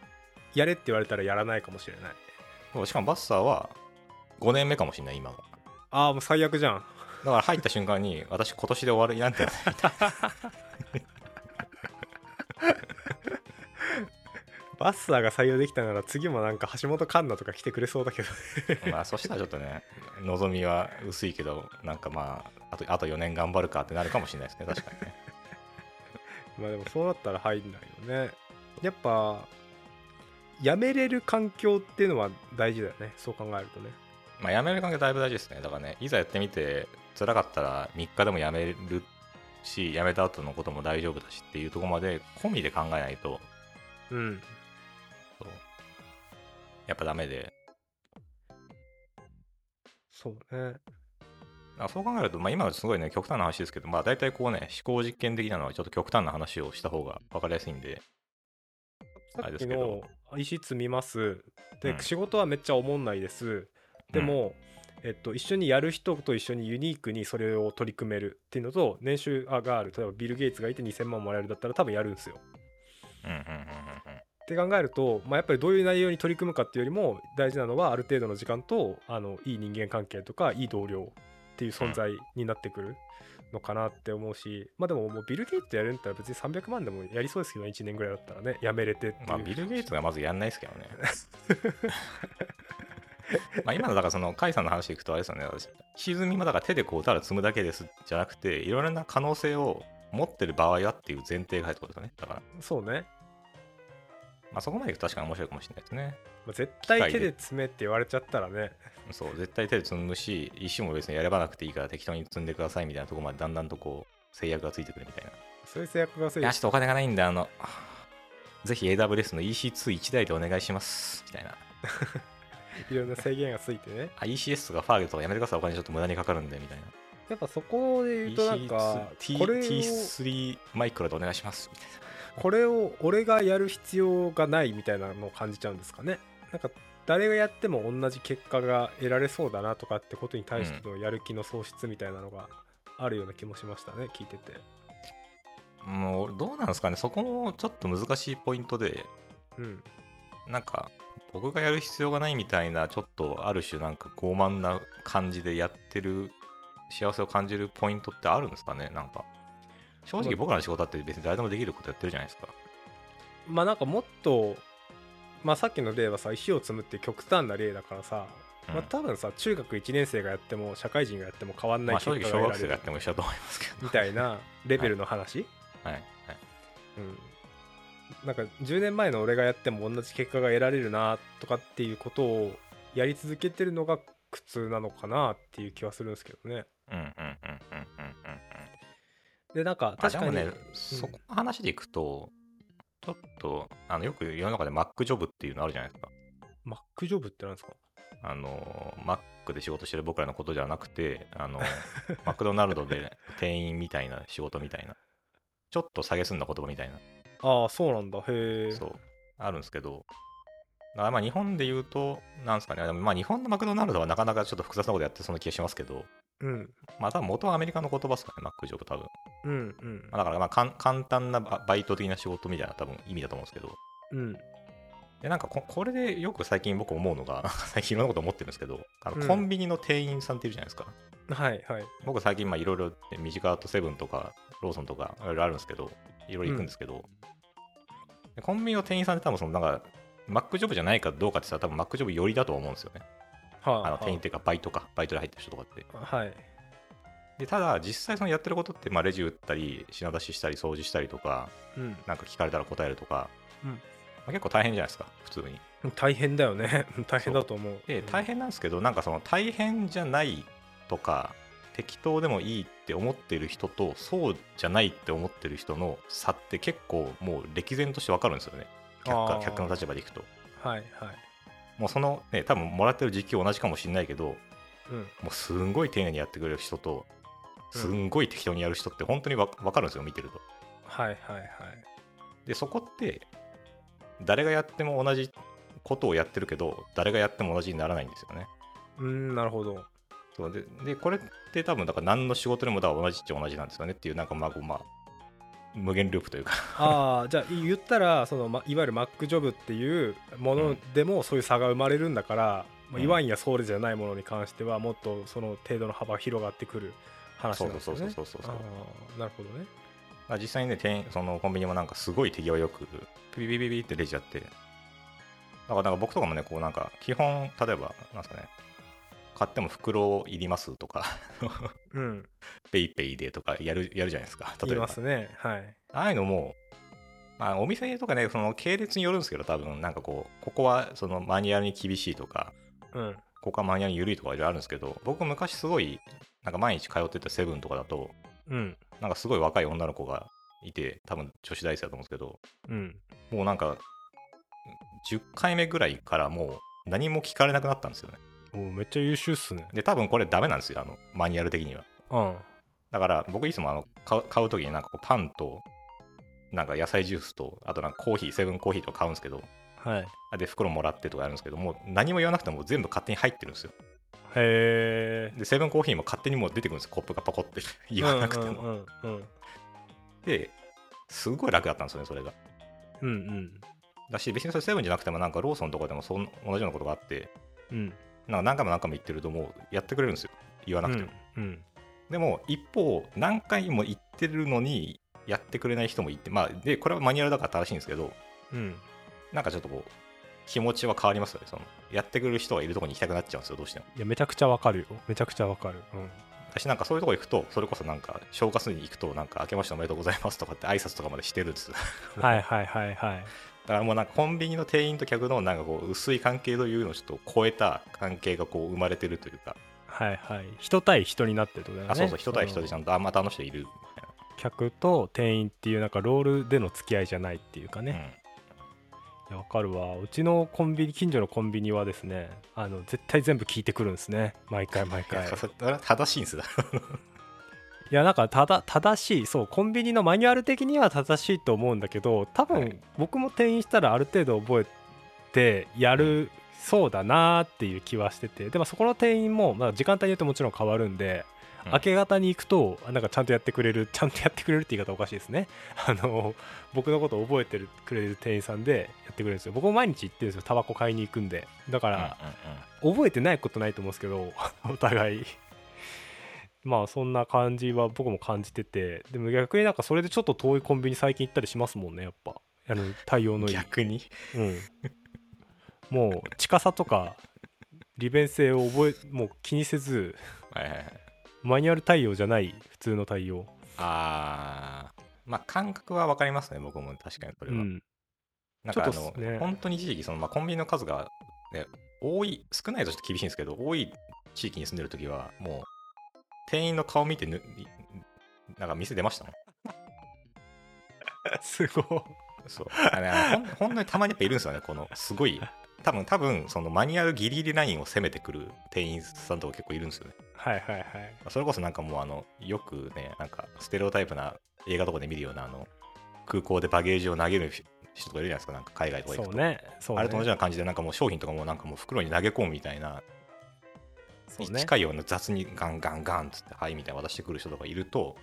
Speaker 2: やれって言われたらやらないかもしれない
Speaker 1: そうしかもバッサーは5年目かもしれない今が
Speaker 2: ああもう最悪じゃん
Speaker 1: だから入った瞬間に私今年で終わりなんて
Speaker 2: バッサーが採用できたなら次もなんか橋本環奈とか来てくれそうだけど
Speaker 1: まあそしたらちょっとね、望みは薄いけど、なんかまあ、あとあと4年頑張るかってなるかもしれないですね、確かにね。
Speaker 2: まあでもそうなったら入んないよねやっぱやめれる環境っていうのは大事だよねそう考えるとね
Speaker 1: まあ、辞める関係だいぶ大事ですね。だからね、いざやってみて、辛かったら3日でも辞めるし、辞めた後のことも大丈夫だしっていうところまで、込みで考えないと、
Speaker 2: うん
Speaker 1: そうやっぱダメで、
Speaker 2: そうね
Speaker 1: あそう考えると、まあ、今はすごいね、極端な話ですけど、まあ、大体こうね、思考実験的なのは、ちょっと極端な話をした方が分かりやすいんで、
Speaker 2: さ
Speaker 1: あれ
Speaker 2: っ
Speaker 1: で
Speaker 2: き
Speaker 1: すけ
Speaker 2: の
Speaker 1: ど
Speaker 2: 石積みますで、
Speaker 1: うん
Speaker 2: 仕事はめっちゃおもんないですでも、えっと、一緒にやる人と一緒にユニークにそれを取り組めるっていうのと年収あがある例えばビル・ゲイツがいて2000万もらえるだったら多分やるんですよ
Speaker 1: うん、うん、うん、うんうん。
Speaker 2: って考えると、まあ、やっぱりどういう内容に取り組むかっていうよりも大事なのはある程度の時間とあのいい人間関係とかいい同僚っていう存在になってくるのかなって思うし、まあでももうビル・ゲイツやるんだったら別に300万でもやりそうですけどね1年ぐらいだったらねやめれてっていう
Speaker 1: まあ、ビル・ゲイツがまずやんないですけどね。 (laughs) まあ今のだからその甲斐さんの話でいくとあれですよね私シーズン今だから手でこうただ積むだけですじゃなくていろいろな可能性を持ってる場合はっていう前提が入ってことですよねだから、
Speaker 2: そうね、
Speaker 1: まあ、そこまでいくと確かに面白いかもしれないですね
Speaker 2: まあ、絶対手で詰めって言われちゃったらね
Speaker 1: そう絶対手で積むし石も別にやればなくていいから適当に積んでくださいみたいなところまでだんだんとこう制約がついてくるみたいな
Speaker 2: そういう制約がつい
Speaker 1: いや、ちょっとお金がないんで、あの、ぜひ AWS の EC21 台でお願いします。みたいな。
Speaker 2: いろんな制限がついてね
Speaker 1: あ、ECS とかファーゲットとかやめてください。お金ちょっと無駄にかかるんで、みたいな。
Speaker 2: やっぱそこで言うとなんか
Speaker 1: EC2
Speaker 2: これを
Speaker 1: T- T3 マイクロでお願いします。みたい
Speaker 2: これを俺がやる必要がないみたいなのを感じちゃうんですかねなんか誰がやっても同じ結果が得られそうだなとかってことに対してのやる気の喪失みたいなのがあるような気もしましたね聞いてて
Speaker 1: な。もう、どうなんですかね。そこもちょっと難しいポイントで、
Speaker 2: うん
Speaker 1: なんか、僕がやる必要がないみたいな、ちょっとある種なんか傲慢な感じでやってる、幸せを感じるポイントってあるんですかね。なんか。正直僕らの仕事だって別に誰でもできることやってるじゃないですか。
Speaker 2: まあなんかもっとまあさっきの例はさ石を積むって極端な例だからさ、
Speaker 1: うん
Speaker 2: まあ多分さ中学1年生がやっても社会人がやっても変わんない
Speaker 1: まあ
Speaker 2: 結
Speaker 1: 正
Speaker 2: 果が
Speaker 1: 直小学生が
Speaker 2: 得られ
Speaker 1: や
Speaker 2: る
Speaker 1: っても一緒だと思いますけど。
Speaker 2: みたいなレベルの話、
Speaker 1: はい、はい、
Speaker 2: うん、なんか10年前の俺がやっても同じ結果が得られるなとかっていうことをやり続けてるのが苦痛なのかなっていう気はするんですけどね。
Speaker 1: うんうんうんうんうんうんうん
Speaker 2: でなんか
Speaker 1: あ
Speaker 2: 確
Speaker 1: で
Speaker 2: か
Speaker 1: も
Speaker 2: に、
Speaker 1: ね、そこの話でいくとちょっとあのよく世の中で Mac ジョブっていうのあるじゃないですか
Speaker 2: マックジョブってなんですか
Speaker 1: あの Mac で仕事してる僕らのことじゃなくてあ
Speaker 2: (laughs)
Speaker 1: のマクドナルドで店員みたいな仕事みたいなちょっと下げすんな言葉みたいな
Speaker 2: ああそうなんだへえ
Speaker 1: そうあるんですけどだからまあ日本で言うとなんですかねでもまあ日本のマクドナルドはなかなかちょっと複雑なことやってそうな気がしますけど
Speaker 2: うん
Speaker 1: まあ多分元はアメリカの言葉ですかね Mac ジョブ多分
Speaker 2: うんうん
Speaker 1: まあだからまあかん簡単なババイト的な仕事みたいな多分意味だと思うんですけど
Speaker 2: うん
Speaker 1: でなんかここれでよく最近僕思うのが最近いろんなこと思ってるんですけどあ
Speaker 2: うん
Speaker 1: のコンビニの店員さんっているじゃないですか、
Speaker 2: はいはい
Speaker 1: 僕最近まあいろいろ身近だとセブンとかローソンとかいろいろあるんですけどいろいろ行くんですけど、でコンビニの店員さんって多分そのなんかマックジョブじゃないかどうかってさ多分マックジョブ寄りだと思うんですよね
Speaker 2: はあ
Speaker 1: あの
Speaker 2: はあ
Speaker 1: 店員っていうかバイトかバイトで入ってる人とかって
Speaker 2: はい
Speaker 1: でただ実際そのやってることってまあレジ打ったり品出ししたり掃除したりとか
Speaker 2: うん
Speaker 1: なんか聞かれたら答えるとか、
Speaker 2: うん
Speaker 1: まあ、結構大変じゃないですか普通に
Speaker 2: 大変だよね (laughs) 大変だと思う
Speaker 1: で大変なんですけどなんかその大変じゃないとか適当でもいいって思ってる人とそうじゃないって思ってる人の差って結構もう歴然として分かるんですよね客
Speaker 2: あ
Speaker 1: か
Speaker 2: ー
Speaker 1: 客の立場でいくと
Speaker 2: はいはい
Speaker 1: もうそのね多分もらってる時給同じかもしれないけど
Speaker 2: うん
Speaker 1: もうすんごい丁寧にやってくれる人とすんごい適当にやる人って本当にわ分かるんですよ見てると
Speaker 2: はいはいはい
Speaker 1: でそこって誰がやっても同じことをやってるけど誰がやっても同じにならないんですよね
Speaker 2: うーんなるほど
Speaker 1: そうででこれって多分だから何の仕事でもだから同じっちゃ同じなんですよねっていうなんかまあこうまあ無限ループというか (laughs)
Speaker 2: ああじゃあ言ったらその、ま、いわゆるマックジョブっていうも
Speaker 1: う
Speaker 2: の
Speaker 1: ん
Speaker 2: でもそういう差が生まれるんだから、
Speaker 1: う
Speaker 2: まあ、
Speaker 1: ん
Speaker 2: いわんやそうじゃないものに関してはもっとその程度の幅が広がってくる話なんですよね。
Speaker 1: そうそうそうそうそうそう
Speaker 2: あーなるほどね。
Speaker 1: まあ実際にね店員そのコンビニもなんかすごい手際よくピピピピピってレジやってだからなんか僕とかもねこうなんか基本例えばなんですかね買っても袋いりますとか (laughs)
Speaker 2: うん、
Speaker 1: ペイペイでとかやるやるじゃないですか例
Speaker 2: 言
Speaker 1: え
Speaker 2: い
Speaker 1: ば
Speaker 2: ますね。はい。
Speaker 1: ああいうのも、まあ、お店とかねその系列によるんですけど多分なんかこうここはそのマニュアルに厳しいとか
Speaker 2: うん。
Speaker 1: ここはマニュアル緩いとかいろいろあるんですけど僕昔すごいなんか毎日通ってたセブンとかだと
Speaker 2: うん。
Speaker 1: なんかすごい若い女の子がいて多分女子大生だと思うんですけど
Speaker 2: うん。
Speaker 1: もうなんか10回目ぐらいからもう何も聞かれなくなったんですよね
Speaker 2: おーめっちゃ優秀っすね。
Speaker 1: で多分これダメなんですよあのマニュアル的には
Speaker 2: うん。
Speaker 1: だから僕いつもあの買う買う時になんかこうパンとなんか野菜ジュースとあとなんかコーヒーセブンコーヒーとか買うんですけど
Speaker 2: はい。へ
Speaker 1: で袋もらってとかやるんですけどもう何も言わなくても全部勝手に入ってるんですよ
Speaker 2: え。
Speaker 1: でセブンコーヒーも勝手にもう出てくるんですよコップがパコって (laughs) 言わなくても、
Speaker 2: うんうんうん
Speaker 1: ですごい楽だったんですよねそれが
Speaker 2: うんうん
Speaker 1: だし別にそれセブンじゃなくてもなんかローソンとかでもそん同じようなことがあって
Speaker 2: うん。
Speaker 1: なんか何回も何回も言ってるともうやってくれるんですよ言わなくても、
Speaker 2: うんうん
Speaker 1: でも一方何回も行ってるのにやってくれない人もいてまあでこれはマニュアルだから正しいんですけど
Speaker 2: うん
Speaker 1: なんかちょっとこう気持ちは変わりますよねそのやってくれる人がいるとこに行きたくなっちゃうんですよどうしても
Speaker 2: いやめちゃくちゃわかるよめちゃくちゃわかる
Speaker 1: 私なんかそういうとこ行くとそれこそなんか消化水に行くとなんか明けましておめでとうございますとかって挨拶とかまでしてるんですだ
Speaker 2: うんはいはいはいはい
Speaker 1: からもうなんかコンビニの店員と客のなんかこう薄い関係というのをちょっと超えた関係がこう生まれてるというか、
Speaker 2: はいはい人対人になってるってことだよね
Speaker 1: あそうそう人対人でちゃ
Speaker 2: ん
Speaker 1: んとあまたあの人いるみたいな
Speaker 2: 客と店員っていうなんかロールでの付き合いじゃないっていうかね、
Speaker 1: ね、
Speaker 2: いやわかるわうちのコンビニ近所のコンビニはですねあの絶対全部聞いてくるんですね毎回毎
Speaker 1: (laughs) うん、い
Speaker 2: 回
Speaker 1: やそれ正しいんですよ
Speaker 2: いやなんかただ正しいそうコンビニのマニュアル的には正しいと思うんだけど多
Speaker 1: は
Speaker 2: 分
Speaker 1: い
Speaker 2: 僕も店員したらある程度覚えてやるそうだなーっていう気はしててでもそこの店員も、まあ、時間帯によってもちろん変わるんで、
Speaker 1: うん
Speaker 2: 明け方に行くとなんかちゃんとやってくれるちゃんとやってくれるって言い方おかしいですね (laughs) あの僕のことを覚えてるくれる店員さんでやってくれるんですよ僕も毎日行ってるんですよタバコ買いに行くんでだか
Speaker 1: うんう
Speaker 2: ら、覚えてないことないと思うんですけど (laughs) お互いまあそんな感じは僕も感じててでも逆になんかそれでちょっと遠いコンビニ最近行ったりしますもんねやっぱあの対応
Speaker 1: んう
Speaker 2: の
Speaker 1: ん
Speaker 2: いい、
Speaker 1: 逆に
Speaker 2: うん、もう近さとか利便性を覚えもう気にせず
Speaker 1: はいはいはい
Speaker 2: マニュアル対応じゃない普通の対応
Speaker 1: あーまあ感覚は分かりますね僕も確かにそれ
Speaker 2: う
Speaker 1: は、 (laughs)
Speaker 2: ん
Speaker 1: なんかあ
Speaker 2: ちょっ
Speaker 1: の、
Speaker 2: とっすね
Speaker 1: 本当に一時期その、まあ、コンビニの数が、ね、多い少ないとちょっと厳しいんですけど多い地域に住んでる時はもう店員の顔見てぬなんか店出ましたもん
Speaker 2: すごい
Speaker 1: そうあれあのほん (laughs) ほんのにたまにやっぱいるんですよねこのすごい多分多分そのマニュアルギリギリラインを攻めてくる店員さんとか結構いるんですよね
Speaker 2: はいはいはい
Speaker 1: それこそなんかもうあのよくねなんかステレオタイプな映画とかで見るようなあの空港でバゲージを投げる人とかいるじゃないですかなんか海外とか行く
Speaker 2: そ
Speaker 1: と
Speaker 2: うねそうね
Speaker 1: あれと同じような感じでなんかもう商品とかもなんかもう袋に投げ込むみたいな、
Speaker 2: そうね
Speaker 1: 近いような雑にガンガンガンっつってはいみたいな渡してくる人とかいると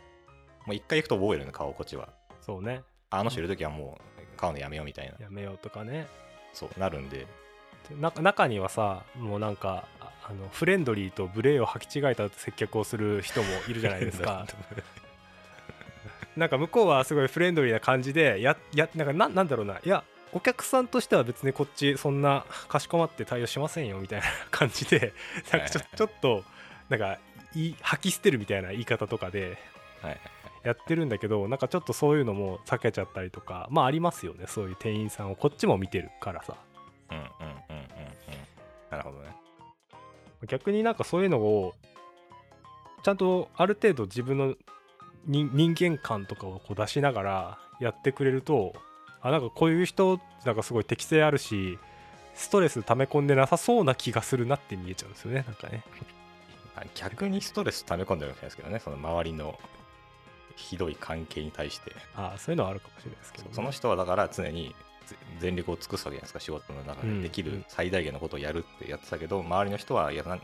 Speaker 1: もう一回行くと覚えるね顔こっちは
Speaker 2: そうね
Speaker 1: あの人いる時はもう買うのやめようみたいな
Speaker 2: やめようとかね
Speaker 1: そうなるんで
Speaker 2: な中にはさもうなんかああのフレンドリーと無礼を履き違えた接客をする人もいるじゃないです
Speaker 1: (laughs)
Speaker 2: かなんか向こうはすごいフレンドリーな感じでややなんかななんだろうないやお客さんとしては別にこっちそんなかしこまって対応しませんよみたいな感じでなんかちょ
Speaker 1: はいはいはい
Speaker 2: ちょっとなんかい吐き捨てるみたいな言い方とかで
Speaker 1: はい
Speaker 2: やってるんだけどなんかちょっとそういうのも避けちゃったりとかまあありますよねそういう店員さんをこっちも見てるからさ
Speaker 1: うんうんうんうんうんなるほどね
Speaker 2: 逆になんかそういうのをちゃんとある程度自分の人人間観とかをこう出しながらやってくれるとあなんかこういう人なんかすごい適性あるしストレス溜め込んでなさそうな気がするなって見えちゃうんですよねなんかね
Speaker 1: あ逆にストレス溜め込んでるわけじゃないですけどねその周りのひどい関係に対して
Speaker 2: ああそういうのはあるかもしれないですけどね、
Speaker 1: その人はだから常にぜ全力を尽くすわけじゃないですか仕事の中
Speaker 2: うん
Speaker 1: でできる最大限のことをやるってやってたけど、周りの人はいやなんい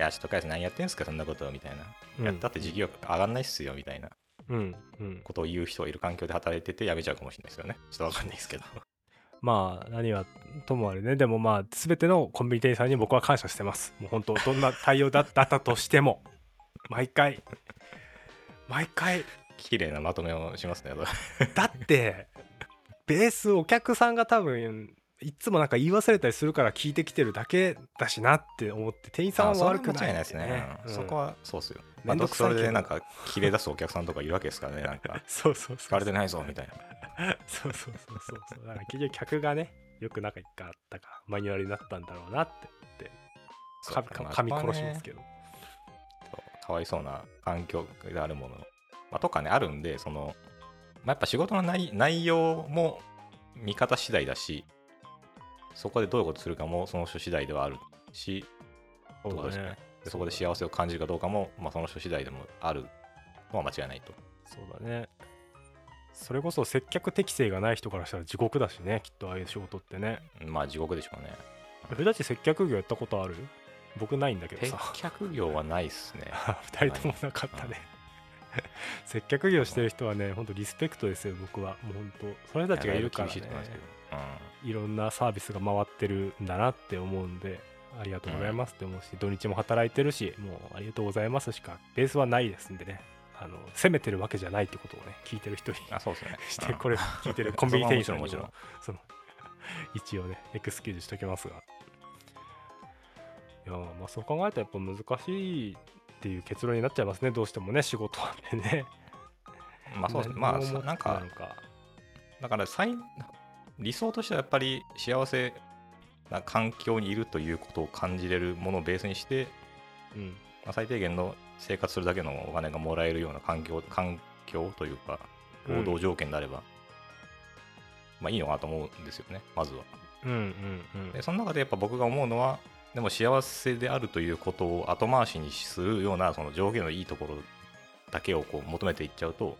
Speaker 1: やちょっと返す何やってんすかそんなことみたいな、
Speaker 2: うん
Speaker 1: やったって時給は上がんないっすよみたいな
Speaker 2: うんうん
Speaker 1: ことを言う人がいる環境で働いてて辞めちゃうかもしれないですよねちょっとわかんないです
Speaker 2: (laughs)
Speaker 1: けど
Speaker 2: まあ何はともあれねでもまあ全てのコンビニ店員さんに僕は感謝してますもう本当どんな対応だったとしても毎回毎回
Speaker 1: 綺麗なまとめをしますね
Speaker 2: だってベースお客さんが多分いつもなんか言い忘れたりするから聞いてきてるだけだしなって思って店員さんは
Speaker 1: あそれは
Speaker 2: 悪くない
Speaker 1: 間違いないですね、うんそこ
Speaker 2: は
Speaker 1: はそうっすよ、ま
Speaker 2: め
Speaker 1: あ、
Speaker 2: ん
Speaker 1: ど
Speaker 2: ど
Speaker 1: う
Speaker 2: く
Speaker 1: せ
Speaker 2: さい
Speaker 1: そ
Speaker 2: けど
Speaker 1: れでなんか切れ出すお客さんとかいるわけですからねなん
Speaker 2: (laughs)
Speaker 1: か
Speaker 2: そうそうそ
Speaker 1: 疲
Speaker 2: う
Speaker 1: れてないぞみたいな
Speaker 2: そうそうそうそうそうだから結局客がねよく仲良かったからマニュアルになったんだろうなって
Speaker 1: そう
Speaker 2: かか噛み
Speaker 1: まあ
Speaker 2: 殺しますけど、
Speaker 1: そうかわいそうな環境であるもの、まあ、とかねあるんでその、まあ、やっぱ仕事の内内容も見方次第だしそこでどういうことするかもその人次第ではあるし
Speaker 2: そう
Speaker 1: そうです
Speaker 2: だ
Speaker 1: ね
Speaker 2: ね
Speaker 1: でそこで幸せを感じるかどうかも、まあ、その人次第でもあるのは間違いないと
Speaker 2: そうだねそれこそ接客適性がない人からしたら地獄だしねきっとああいう仕事ってね
Speaker 1: まあ地獄でしょうね
Speaker 2: 俺たち接客業やったことある僕ないんだけど
Speaker 1: 接
Speaker 2: さ
Speaker 1: 客業はないっすね
Speaker 2: 2人ともなかったね接客業してる人はねほんとリスペクトですよ僕はもうほんとそ (laughs) の人たちがいるから
Speaker 1: やだぶ厳
Speaker 2: ね
Speaker 1: しいと思いますけど、うん
Speaker 2: いろんなサービスが回ってるんだなって思うんでありがとうございますって思うし、土日も働いてるしもうありがとうございますしかベースはないですんでねあの責めてるわけじゃないってことをね聞いてる人に
Speaker 1: あ、そうですね。
Speaker 2: (laughs) して
Speaker 1: うん
Speaker 2: これ聞いてるコンビニ店員さんにも
Speaker 1: そこは
Speaker 2: (laughs) その一応ねエクスキューズしときますがいやーまあそう考えたらやっぱ難しいっていう結論になっちゃいますねどうしてもね仕事はね
Speaker 1: まあそうですね。まあ、
Speaker 2: 何も
Speaker 1: さ
Speaker 2: 思って
Speaker 1: なんか
Speaker 2: い、のか
Speaker 1: だから最理想としてはやっぱり幸せな環境にいるということを感じれるものをベースにして、
Speaker 2: うん
Speaker 1: まあ、最低限の生活するだけのお金がもらえるような環境環境というか
Speaker 2: うん
Speaker 1: 労働条件であれば、まあいいのかなと思うんですよねまずは
Speaker 2: うんうんうん
Speaker 1: でその中でやっぱ僕が思うのはでも幸せであるということを後回しにするようなその条件のいいところだけをこう求めていっちゃうと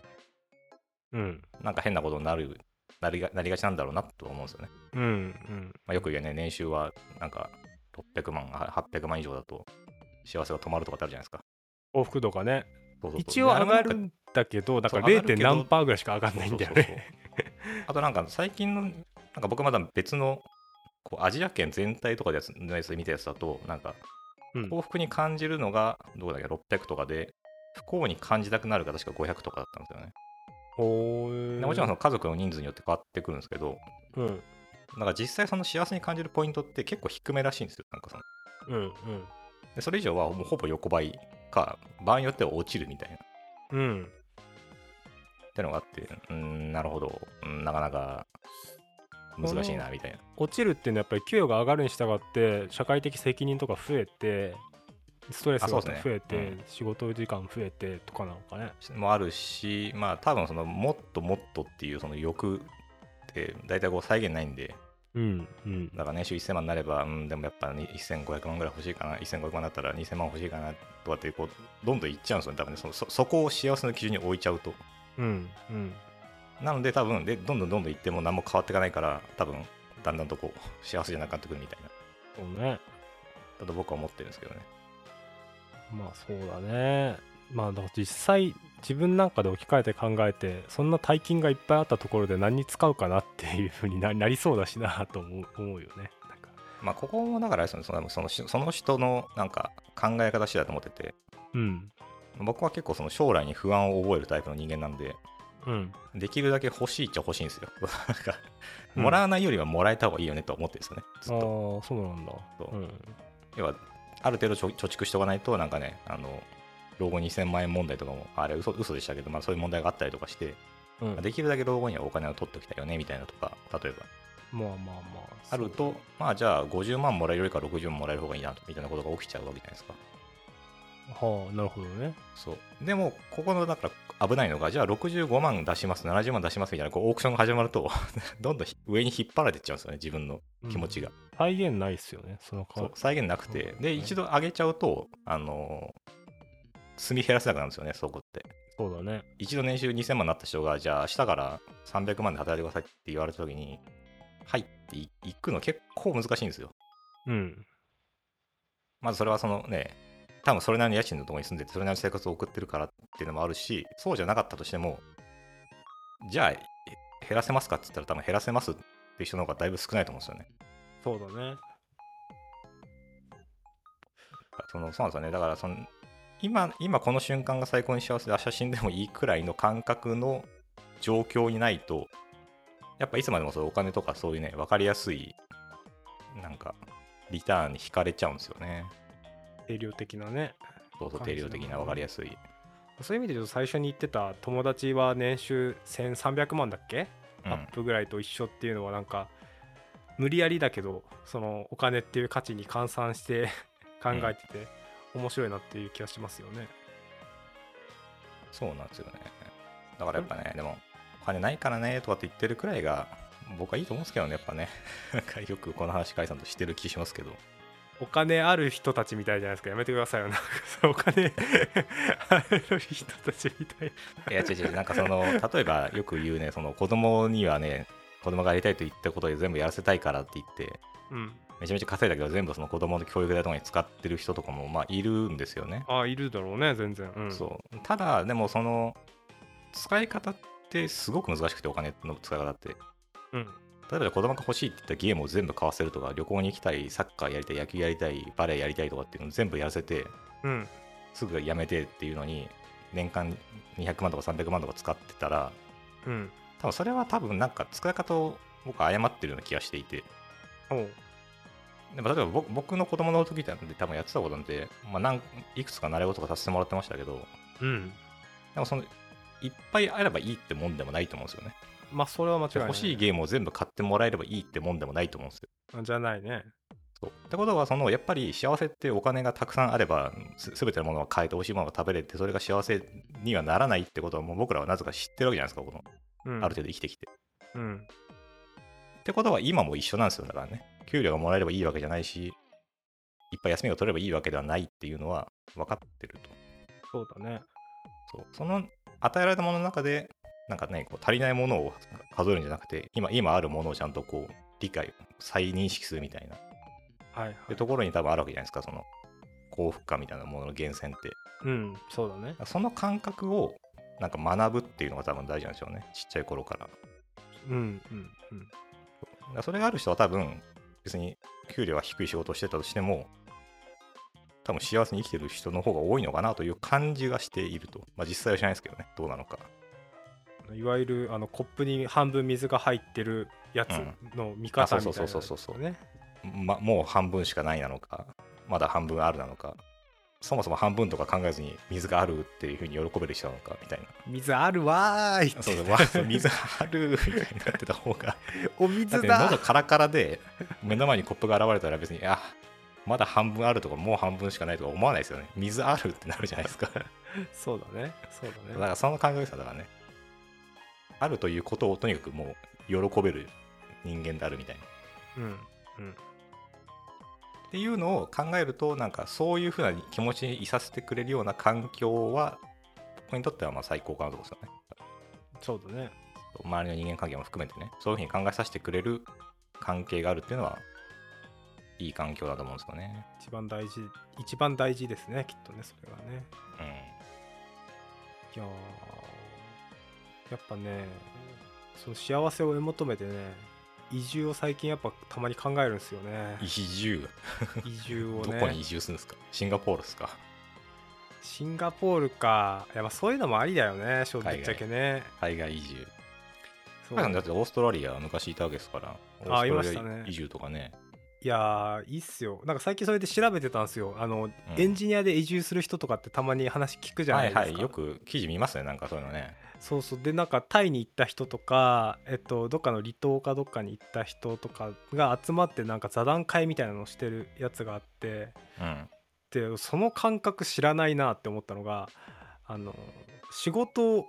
Speaker 2: うん
Speaker 1: なんか変なことになるなりがなりがちなんだろうなと思うんですよね
Speaker 2: うんうん
Speaker 1: まあ、よく言うね、年収はなんか600万、は800万以上だと幸せが止まるとかってあるじゃないですか。
Speaker 2: 往復とかね
Speaker 1: そうそうそう
Speaker 2: 一応上がる
Speaker 1: で
Speaker 2: んだけどだから
Speaker 1: そう上がる
Speaker 2: 0.
Speaker 1: けど
Speaker 2: 何パーぐらいしか上がんないんだよね
Speaker 1: そうそうそうあとなんか最近の、なんか僕まだ別のこうアジア圏全体とかでやつのやつで見たやつだと、なんか
Speaker 2: うん
Speaker 1: 幸福に感じるのがどうだっけ、600とかで、不幸に感じたくなるが確か500とかだったんですよね。
Speaker 2: ほ
Speaker 1: で
Speaker 2: ー
Speaker 1: もちろんその家族の人数によって変わってくるんですけど、
Speaker 2: うん
Speaker 1: なんか実際その幸せに感じるポイントって結構低めらしいんですよ。なんかその
Speaker 2: うんうん
Speaker 1: でそれ以上はもうほぼ横ばいか、場合によっては落ちるみたいな。
Speaker 2: うん
Speaker 1: ってのがあって、うーん、なるほど、うん、なかなか難しいな、みたいな。
Speaker 2: 落ちるっていうのはやっぱり給与が上がるに従って社会的責任とか増えてストレスが
Speaker 1: あ
Speaker 2: 増
Speaker 1: そうですね
Speaker 2: えて、
Speaker 1: うん
Speaker 2: 仕事時間増えてとかなのかね
Speaker 1: もあるし、まあ、多分その、もっともっとっていう、その欲って、大体こう、再現ないんで、
Speaker 2: うんうん
Speaker 1: だから年収1000万になれば、うん、でもやっぱに1500万ぐらい欲しいかな、1500万だったら2000万欲しいかな、とかって、こう、どんどんいっちゃうんですよね、多分ねそのそ。そこを幸せの基準に置いちゃうと。
Speaker 2: うんうん
Speaker 1: なので、多分で、どんどんどんどんいっても何も変わっていかないから、多分だんだんとこう、幸せじゃなくなってくるみたいな、
Speaker 2: そうね
Speaker 1: だと僕は思ってるんですけどね。
Speaker 2: まあそうだねまあだから実際自分なんかで置き換えて考えてそんな大金がいっぱいあったところで何に使うかなっていうふうにななりそうだしなと思う思うよねなんか
Speaker 1: まあ、ここもだからあれですよねそのそのしその人のなんか考え方次第だと思ってて
Speaker 2: うん
Speaker 1: 僕は結構その将来に不安を覚えるタイプの人間なんで
Speaker 2: うん
Speaker 1: できるだけ欲しいっちゃ欲しいんですよ (laughs) なんかもらわないよりはもらえた方がいいよねとは思ってるんですよねずっと
Speaker 2: ああそうなんだ
Speaker 1: そううん要はある程度貯貯蓄しておかないとなんかねあの老後2000万円問題とかもあれ嘘嘘でしたけど、まあ、そういう問題があったりとかして、
Speaker 2: うん
Speaker 1: まあできるだけ老後にはお金を取っておきたいよねみたいなとか例えば
Speaker 2: まあまあまあ
Speaker 1: あるとまあじゃあ50万もらえるよりか60万もらえる方がいいなみたいなことが起きちゃうわけじゃないですか
Speaker 2: そうはあなるほどね
Speaker 1: そうでもここのだから危ないのがじゃあ65万出します70万出しますみたいなこうオークションが始まると (laughs) どんどんひ上に引っ張られていっちゃうんですよね自分の気持ちが、
Speaker 2: 再現ないっすよねその
Speaker 1: そ
Speaker 2: 顔
Speaker 1: う再現なくて、
Speaker 2: うん
Speaker 1: で一度上げちゃうとあのー積み減らせなくなるんですよねそこって
Speaker 2: そうだね
Speaker 1: 一度年収2000万になった人がじゃあ明日から300万で働いてくださいって言われた時に入っていいくの結構難しいんですよ
Speaker 2: うん
Speaker 1: まずそれはそのね、多分それなりの家賃のところに住んでて、それなりの生活を送ってるからっていうのもあるし、そうじゃなかったとしても、じゃあ、え減らせますかって言ったら、多分減らせますって人の方がだいぶ少ないと思うんですよね。
Speaker 2: そうだね
Speaker 1: そのそうなんですよね。だからその、今、今この瞬間が最高に幸せで、明日死んでもいいくらいの感覚の状況にないと、やっぱいつまでもそういうお金とかそういうね、分かりやすい、なんか、リターンに惹かれちゃうんですよね。
Speaker 2: 定量的なね
Speaker 1: そうそう、定量的な分かりやすい。
Speaker 2: そういう意味で言うと最初に言ってた友達は年収1300万だっけ、
Speaker 1: うん
Speaker 2: アップぐらいと一緒っていうのはなんか無理やりだけどそのお金っていう価値に換算して (laughs) 考えてて面白いなっていう気がしますよね。
Speaker 1: そうなんですよね。だからやっぱね、でも、お金ないからねとかって言ってるくらいが、僕はいいと思うんですけどね、やっぱね。 (laughs) なんかよくこの話、解散としてる気しますけど。
Speaker 2: お金ある人たちみたいじゃないですかやめてくださいよなんかそのお金 (laughs) ある人たちみたい
Speaker 1: いや、違う違う、 (laughs) なんかその、例えばよく言うね、その子供にはね、子供がやりたいと言ったことで全部やらせたいからって言って、
Speaker 2: うん
Speaker 1: めちゃめちゃ稼いだけど、全部その子供の教育代とかに使ってる人とかも、まあ、いるんですよね。
Speaker 2: ああいるだろうね全然、うん、
Speaker 1: そう。ただ、でもその、使い方ってすごく難しくて、お金の使い方って。
Speaker 2: うん、
Speaker 1: 例えば子供が欲しいって言ったゲームを全部買わせるとか、旅行に行きたい、サッカーやりたい、野球やりたい、バレエやりたいとかっていうのを全部やらせて、
Speaker 2: うん
Speaker 1: すぐやめてっていうのに、年間200万とか300万とか使ってたら、
Speaker 2: うん
Speaker 1: 多分それは多分なんか使い方を僕は誤ってるような気がしていて、
Speaker 2: おう
Speaker 1: でも例えば僕僕の子供の時なんて多分やってたことなんて、まあ、なんいくつか習い事とかさせてもらってましたけど、
Speaker 2: うん
Speaker 1: でもそのいっぱいあればいいってもんでもないと思うんですよね。
Speaker 2: まあそれは間違いない
Speaker 1: 欲しいゲームを全部買ってもらえればいいってもんでもないと思うんですよ。
Speaker 2: じゃないね
Speaker 1: そうってことはそのやっぱり幸せってお金がたくさんあればす全てのものは買えて美味しいものが食べれてそれが幸せにはならないってことはもう僕らはなぜか知ってるわけじゃないですかこの
Speaker 2: うん
Speaker 1: ある程度生きてきて。
Speaker 2: うん
Speaker 1: ってことは今も一緒なんですよだからね。給料がもらえればいいわけじゃないしいっぱい休みが取ればいいわけではないっていうのは分かってると。
Speaker 2: そうだね
Speaker 1: そうその与えられたものの中で、なんかね、こう足りないものを数えるんじゃなくて、今今あるものをちゃんとこう理解、再認識するみたいな
Speaker 2: はいはい
Speaker 1: でところに多分あるわけじゃないですか、その幸福感みたいなものの源泉って。だか
Speaker 2: うんそうだね
Speaker 1: らその感覚をなんか学ぶっていうのが多分大事なんでしょうね、ちっちゃい頃から。だか
Speaker 2: うんうんうん
Speaker 1: らそれがある人は多分、別に給料が低い仕事をしてたとしても、多分幸せに生きてる人の方が多いのかなという感じがしていると。まあ実際は知らないですけどね、どうなのか。
Speaker 2: いわゆるあのコップに半分水が入ってるやつの見方
Speaker 1: うんあそ
Speaker 2: みたいうな
Speaker 1: そうそうそうそう
Speaker 2: ね
Speaker 1: ま、もう半分しかないなのか、まだ半分あるなのか、そもそも半分とか考えずに水があるっていうふうに喜べる人なのかみたいな。
Speaker 2: 水あるわーいって
Speaker 1: そうそうわそう、水あるみたいになってた方が。
Speaker 2: (laughs)
Speaker 1: だ
Speaker 2: お
Speaker 1: っ
Speaker 2: 水
Speaker 1: て
Speaker 2: だ
Speaker 1: 喉カラカラで目の前にコップが現れたら別に、あまだ半分あるとかもう半分しかないとか思わないですよね。水あるってなるじゃないですか。だ
Speaker 2: そうだね (laughs) そうだ
Speaker 1: か
Speaker 2: ね
Speaker 1: らその考え方だからね。あるということをとにかくもう喜べる人間であるみたいな。
Speaker 2: うん
Speaker 1: っていうのを考えるとなんかそういうふうな気持ちにいさせてくれるような環境は僕にとってはまあ最高かなと思うんですよね
Speaker 2: そうだね
Speaker 1: 周りの人間関係も含めてねそういうふうに考えさせてくれる関係があるっていうのはいい環境だと思うんですよね
Speaker 2: 一番大事一番大事ですねきっとねそれはねいやーやっぱねその幸せを追い求めてね移住を最近やっぱたまに考えるんですよね
Speaker 1: うん移住
Speaker 2: 移住を
Speaker 1: どこに
Speaker 2: ね
Speaker 1: 移住するんですかシンガポールですか
Speaker 2: シンガポールかいやまあそういうのもありだよね正
Speaker 1: 海
Speaker 2: 直
Speaker 1: 外
Speaker 2: ぶっちゃけね
Speaker 1: 海外移住
Speaker 2: そ
Speaker 1: 高
Speaker 2: う
Speaker 1: 橋さんだってオーストラリア昔いたわけですからオ
Speaker 2: あい
Speaker 1: ー
Speaker 2: ま
Speaker 1: ス
Speaker 2: し
Speaker 1: ト
Speaker 2: たね
Speaker 1: ラリア移住とかね
Speaker 2: いやーいいっすよなんか最近それで調べてたんですよあの、
Speaker 1: うん
Speaker 2: エンジニアで移住する人とかってたまに話聞くじゃない
Speaker 1: は
Speaker 2: で
Speaker 1: い
Speaker 2: すか、
Speaker 1: はいよく記事見ますねなんかそういうのね
Speaker 2: そうそうでなんかタイに行った人とか、えっと、どっかの離島かどっかに行った人とかが集まってなんか座談会みたいなのをしてるやつがあって
Speaker 1: うん
Speaker 2: でその感覚知らないなって思ったのがあの仕事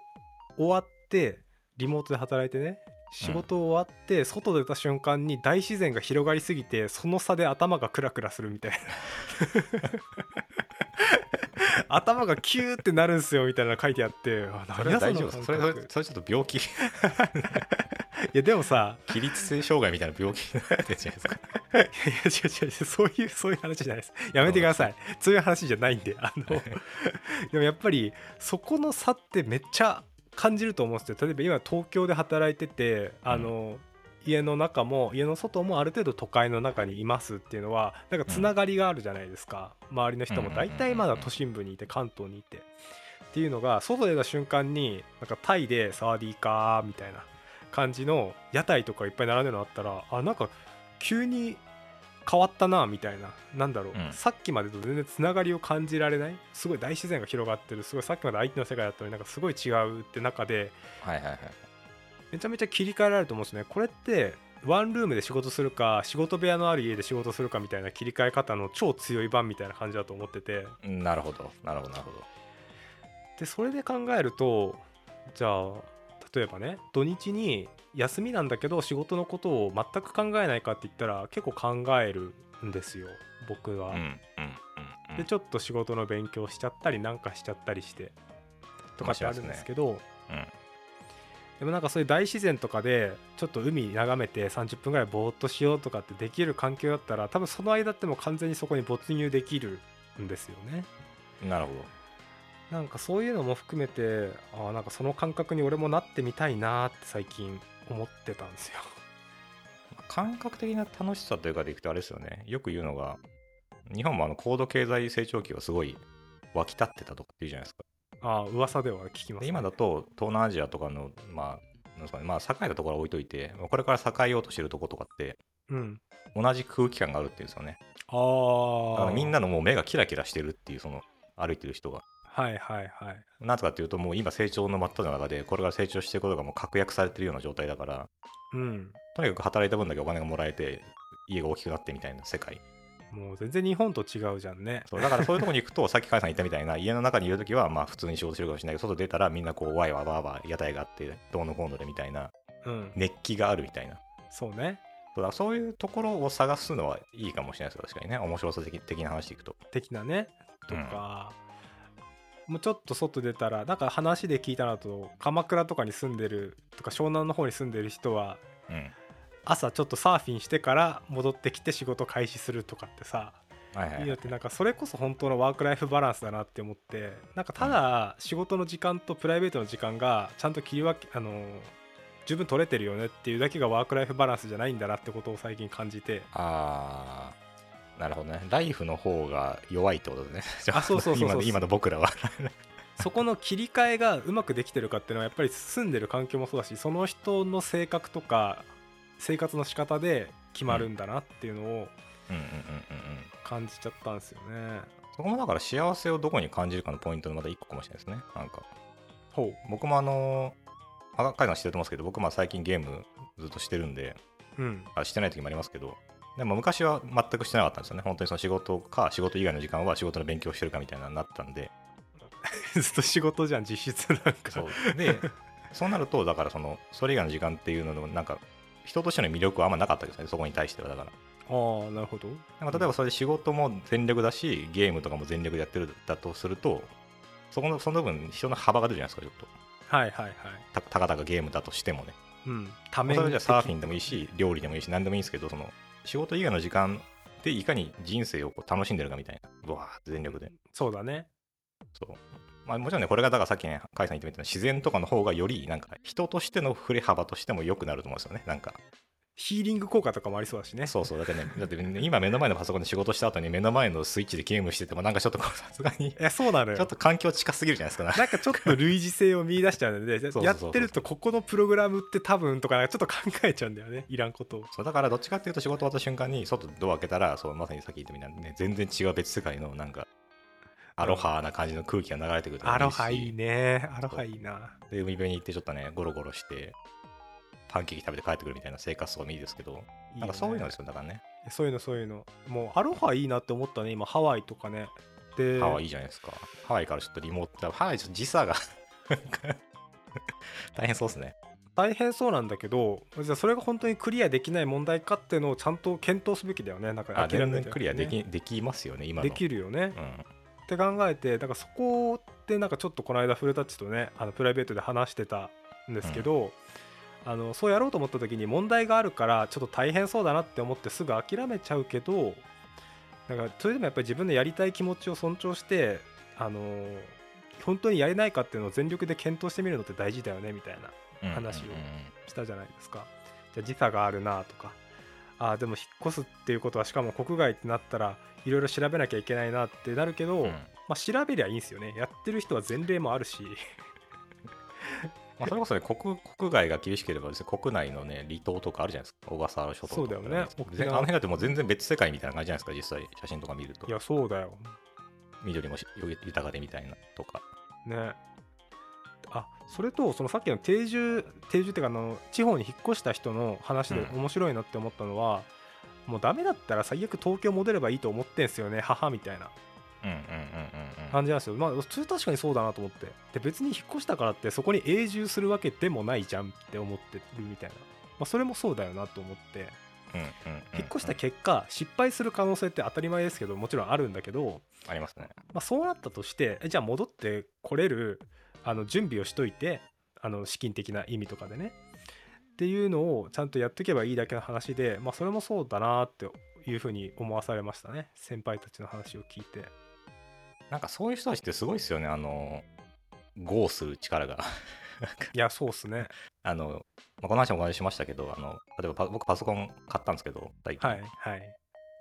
Speaker 2: 終わってリモートで働いてね仕事終わって外出た瞬間に大自然が広がりすぎてその差で頭がクラクラするみ
Speaker 1: (laughs)
Speaker 2: たいな頭がキューってなるんすよみたいなの書いてあってあ
Speaker 1: それは大
Speaker 2: 何や
Speaker 1: 丈夫で
Speaker 2: の
Speaker 1: す
Speaker 2: 感
Speaker 1: それそれ
Speaker 2: 覚
Speaker 1: それちょっと病気 (laughs)
Speaker 2: いやでもさ
Speaker 1: 起立性障害みたいな病気になってるじゃないで
Speaker 2: (laughs)
Speaker 1: すか。
Speaker 2: いやいや違う違う違うそういうそういう話じゃないですやめてくださいそういう話じゃないんであのでもやっぱりそこの差ってめっちゃ感じると思うんですよ例えば今東京で働いててあの、家の中も家の外もある程度都会の中にいますっていうのはなんかつながりがあるじゃないですか、周りの人も大体まだ都心部にいて関東にいてっていうのが外出た瞬間になんかタイでサワディーカーみたいな感じの屋台とかいっぱい並んでるのあったらあなんか急に変わったなみたいななんだろう、
Speaker 1: うん
Speaker 2: さっきまでと全然つながりを感じられないすごい大自然が広がってるすごいさっきまで相手の世界だったのになんかすごい違うって中で
Speaker 1: はいはいはい。
Speaker 2: めちゃめちゃ切り替えられると思うんですねこれってワンルームで仕事するか仕事部屋のある家で仕事するかみたいな切り替え方の超強い版みたいな感じだと思ってて
Speaker 1: なるほど、なるほど、なるほ
Speaker 2: でそれで考えるとじゃあ例えばね土日に休みなんだけど仕事のことを全く考えないかって言ったら結構考えるんですよ僕は。
Speaker 1: ど。うん、うん、うん。
Speaker 2: でちょっと仕事の勉強しちゃったりなんかしちゃったりしてとかってあるんですけど
Speaker 1: ね
Speaker 2: でもなんかそういう大自然とかでちょっと海眺めて30分ぐらいぼーっとしようとかってできる環境だったら多分その間ってもう完全にそこに没入できるんですよね
Speaker 1: うん、なるほ
Speaker 2: なんかそういうのも含めてああなんかその感覚に俺もなってみたいなーって最近思ってたんですよ
Speaker 1: 感覚的な楽しさというかでいくとあれですよねよく言うのが日本もあの高度経済成長期はすごい沸き立ってたとかっていうじゃないですか
Speaker 2: ああ噂では聞きます、
Speaker 1: で今だと東南アジアとかのまあなんですかねまあ栄えたところは置いといてこれから栄えようとしてるとことかって
Speaker 2: うん
Speaker 1: 同じ空気感があるっていうんですよねだか
Speaker 2: ああ
Speaker 1: らみんなのもう目がキラキラしてるっていうその歩いてる人が
Speaker 2: はいはいはい
Speaker 1: なぜかっていうともう今成長の真っ只中でこれから成長していくことがもう確約されてるような状態だから
Speaker 2: うん
Speaker 1: とにかく働いた分だけお金がもらえて家が大きくなってみたいな世界
Speaker 2: もう全然日本と違うじゃんね
Speaker 1: そうだからそういうとこに行くとさっき甲斐さん言ったみたいな家の中にいるときはまあ普通に仕事してるかもしれないけど外出たらみんなこうワイワイワーワー屋台があってどうのこうのでみたいな
Speaker 2: うん
Speaker 1: 熱気があるみたいな
Speaker 2: そうね
Speaker 1: そうだそういうところを探すのはいいかもしれないです確かにね面白さ的的な話でいくと
Speaker 2: 的なねとか、もうちょっと外出たらなんか話で聞いたのだと鎌倉とかに住んでるとか湘南の方に住んでる人は
Speaker 1: うん
Speaker 2: 朝ちょっとサーフィンしてから戻ってきて仕事開始するとかってさ
Speaker 1: はいはいい
Speaker 2: い
Speaker 1: は
Speaker 2: の
Speaker 1: い
Speaker 2: ってなんかそれこそ本当のワーク・ライフ・バランスだなって思ってなんかただ仕事の時間とプライベートの時間がちゃんと切り分けあの十分取れてるよねっていうだけがワーク・ライフ・バランスじゃないんだなってことを最近感じて
Speaker 1: あーなるほどねライフの方が弱いってことね (laughs) じゃ
Speaker 2: あそうそうそうそう
Speaker 1: 今の今の僕らは
Speaker 2: そこの切り替えがうまくできてるかっていうのはやっぱり住んでる環境もそうだしその人の性格とか生活の仕方で決まるんだなっていうのを
Speaker 1: うんうんうんうんうん
Speaker 2: 感じちゃったんですよね。
Speaker 1: そこもだから幸せをどこに感じるかのポイントのまた一個かもしれないですねなんか
Speaker 2: ほ
Speaker 1: 僕もあのあ海さん知ってますけど僕まあ最近ゲームずっとしてるんで
Speaker 2: う、うん、 (laughs)
Speaker 1: あしてない時もありますけどでも昔は全くしてなかったんですよね本当にその仕事か仕事以外の時間は仕事の勉強してるかみたいなのになったんで
Speaker 2: ずっと仕事じゃん実質なん
Speaker 1: そ
Speaker 2: か
Speaker 1: うでそうなるとだからそのそれ以外の時間っていうののなんか人としての魅力はあんまなかったですねそこに対してはだから
Speaker 2: ああなるほど
Speaker 1: なんか例えばそれで仕事も全力だしゲームとかも全力でやってるだとするとそこのその分人の幅が出るじゃないですかちょっと
Speaker 2: はいはいはい
Speaker 1: たたかだかゲームだとしてもね
Speaker 2: うんた
Speaker 1: まあ
Speaker 2: め
Speaker 1: それじゃサーフィンでもいいし料理でもいいし何でもいいんですけどその仕事以外の時間でいかに人生をこう楽しんでるかみたいなうわー全力で
Speaker 2: そうだね
Speaker 1: そうまあもちろんねこれがだからさっきね甲斐さん言ってみたように自然とかの方がよりなんか人としての振れ幅としても良くなると思うんですよねなんか
Speaker 2: ヒーリング効果とかもありそうだしね
Speaker 1: そうそうだってねだってね今目の前のパソコンで仕事した後に目の前のスイッチでゲームしててもなんかちょっと (laughs) こうさすがに
Speaker 2: いやそうなのよ
Speaker 1: ちょっと環境近すぎるじゃないですか
Speaker 2: なんかちょっと類似性を見出しちゃうので (laughs)
Speaker 1: そうそう
Speaker 2: やってるとここのプログラムって多分とかなんかちょっと考えちゃうんだよねいらんことを
Speaker 1: そうだからどっちかっていうと仕事終わった瞬間に外ドア開けたらそうまさにさっき言ったみたいなね全然違う別世界のなんかアロハな感じの空気が流れてくると
Speaker 2: アロハ
Speaker 1: いい
Speaker 2: い
Speaker 1: し
Speaker 2: いねアロハいいな
Speaker 1: で海辺に行ってちょっとねゴロゴロしてパンケーキ食べて帰ってくるみたいな生活もいいですけど
Speaker 2: いい
Speaker 1: なん
Speaker 2: よ
Speaker 1: か
Speaker 2: ね
Speaker 1: そういうのですよだからね
Speaker 2: そういうのそういうのもうアロハいいなって思ったね今ハワイとかねで
Speaker 1: ハワイいいじゃないですかハワイからちょっとリモートハワイちょっと時差がなんか大変そうですね
Speaker 2: 大変そうなんだけどじゃあそれが本当にクリアできない問題かっていうのをちゃんと検討すべきだよねなんか
Speaker 1: あ
Speaker 2: 諦め
Speaker 1: 全
Speaker 2: ない
Speaker 1: 然
Speaker 2: と
Speaker 1: クリアでき,、できますよね今の
Speaker 2: できるよね、
Speaker 1: うん
Speaker 2: って考えてだからそこってなんかちょっとこの間古舘とねあのプライベートで話してたんですけど、あのそうやろうと思った時に問題があるからちょっと大変そうだなって思ってすぐ諦めちゃうけどだからそれでもやっぱり自分のやりたい気持ちを尊重してあの本当にやれないかっていうのを全力で検討してみるのって大事だよねみたいな
Speaker 1: うん
Speaker 2: 話を
Speaker 1: うんうんうん
Speaker 2: したじゃないですかじゃあ時差があるなとかあーでも引っ越すっていうことはしかも国外ってなったらいろいろ調べなきゃいけないなってなるけど、
Speaker 1: うん
Speaker 2: まあ、調べりゃいいんですよねやってる人は前例もあ
Speaker 1: (laughs)
Speaker 2: るし
Speaker 1: まあ、それこそね国国外が厳しければですね国内のね離島とかあるじゃないですか小笠原諸島とか
Speaker 2: そうだよね
Speaker 1: 全
Speaker 2: 沖
Speaker 1: 然あ
Speaker 2: 縄
Speaker 1: の辺だってもう全然別世界みたいな感じじゃないですか実際写真とか見ると
Speaker 2: いやそうだよ
Speaker 1: 緑もし豊かでみたいなとか
Speaker 2: ねあそれとそのさっきの定住定住っていうかあの地方に引っ越した人の話で
Speaker 1: うん
Speaker 2: 面白いなって思ったのは、もうダメだったら最悪東京戻ればいいと思ってんすよね母みたいな
Speaker 1: うんうんうんうんうん
Speaker 2: 感じなんですよまあそれ確かにそうだなと思ってで別に引っ越したからってそこに永住するわけでもないじゃんって思ってるみたいな、まあ、それもそうだよなと思って
Speaker 1: うんうんうんうん
Speaker 2: 引っ越した結果失敗する可能性って当たり前ですけどもちろんあるんだけど
Speaker 1: ありますね
Speaker 2: まあ、そうなったとしてえじゃあ戻ってこれるあの準備をしといてあの資金的な意味とかでねっていうのをちゃんとやっていけばいいだけの話で、まあ、それもそうだなっていうふうに思わされましたね先輩たちの話を聞いて
Speaker 1: なんかそういう人たちってすごいですよねあのゴーする力が (laughs)
Speaker 2: いやそうっすね
Speaker 1: あの、まあ、この話もお話ししましたけど、あの例えばパ僕パソコン買ったんですけど、最近
Speaker 2: はいはい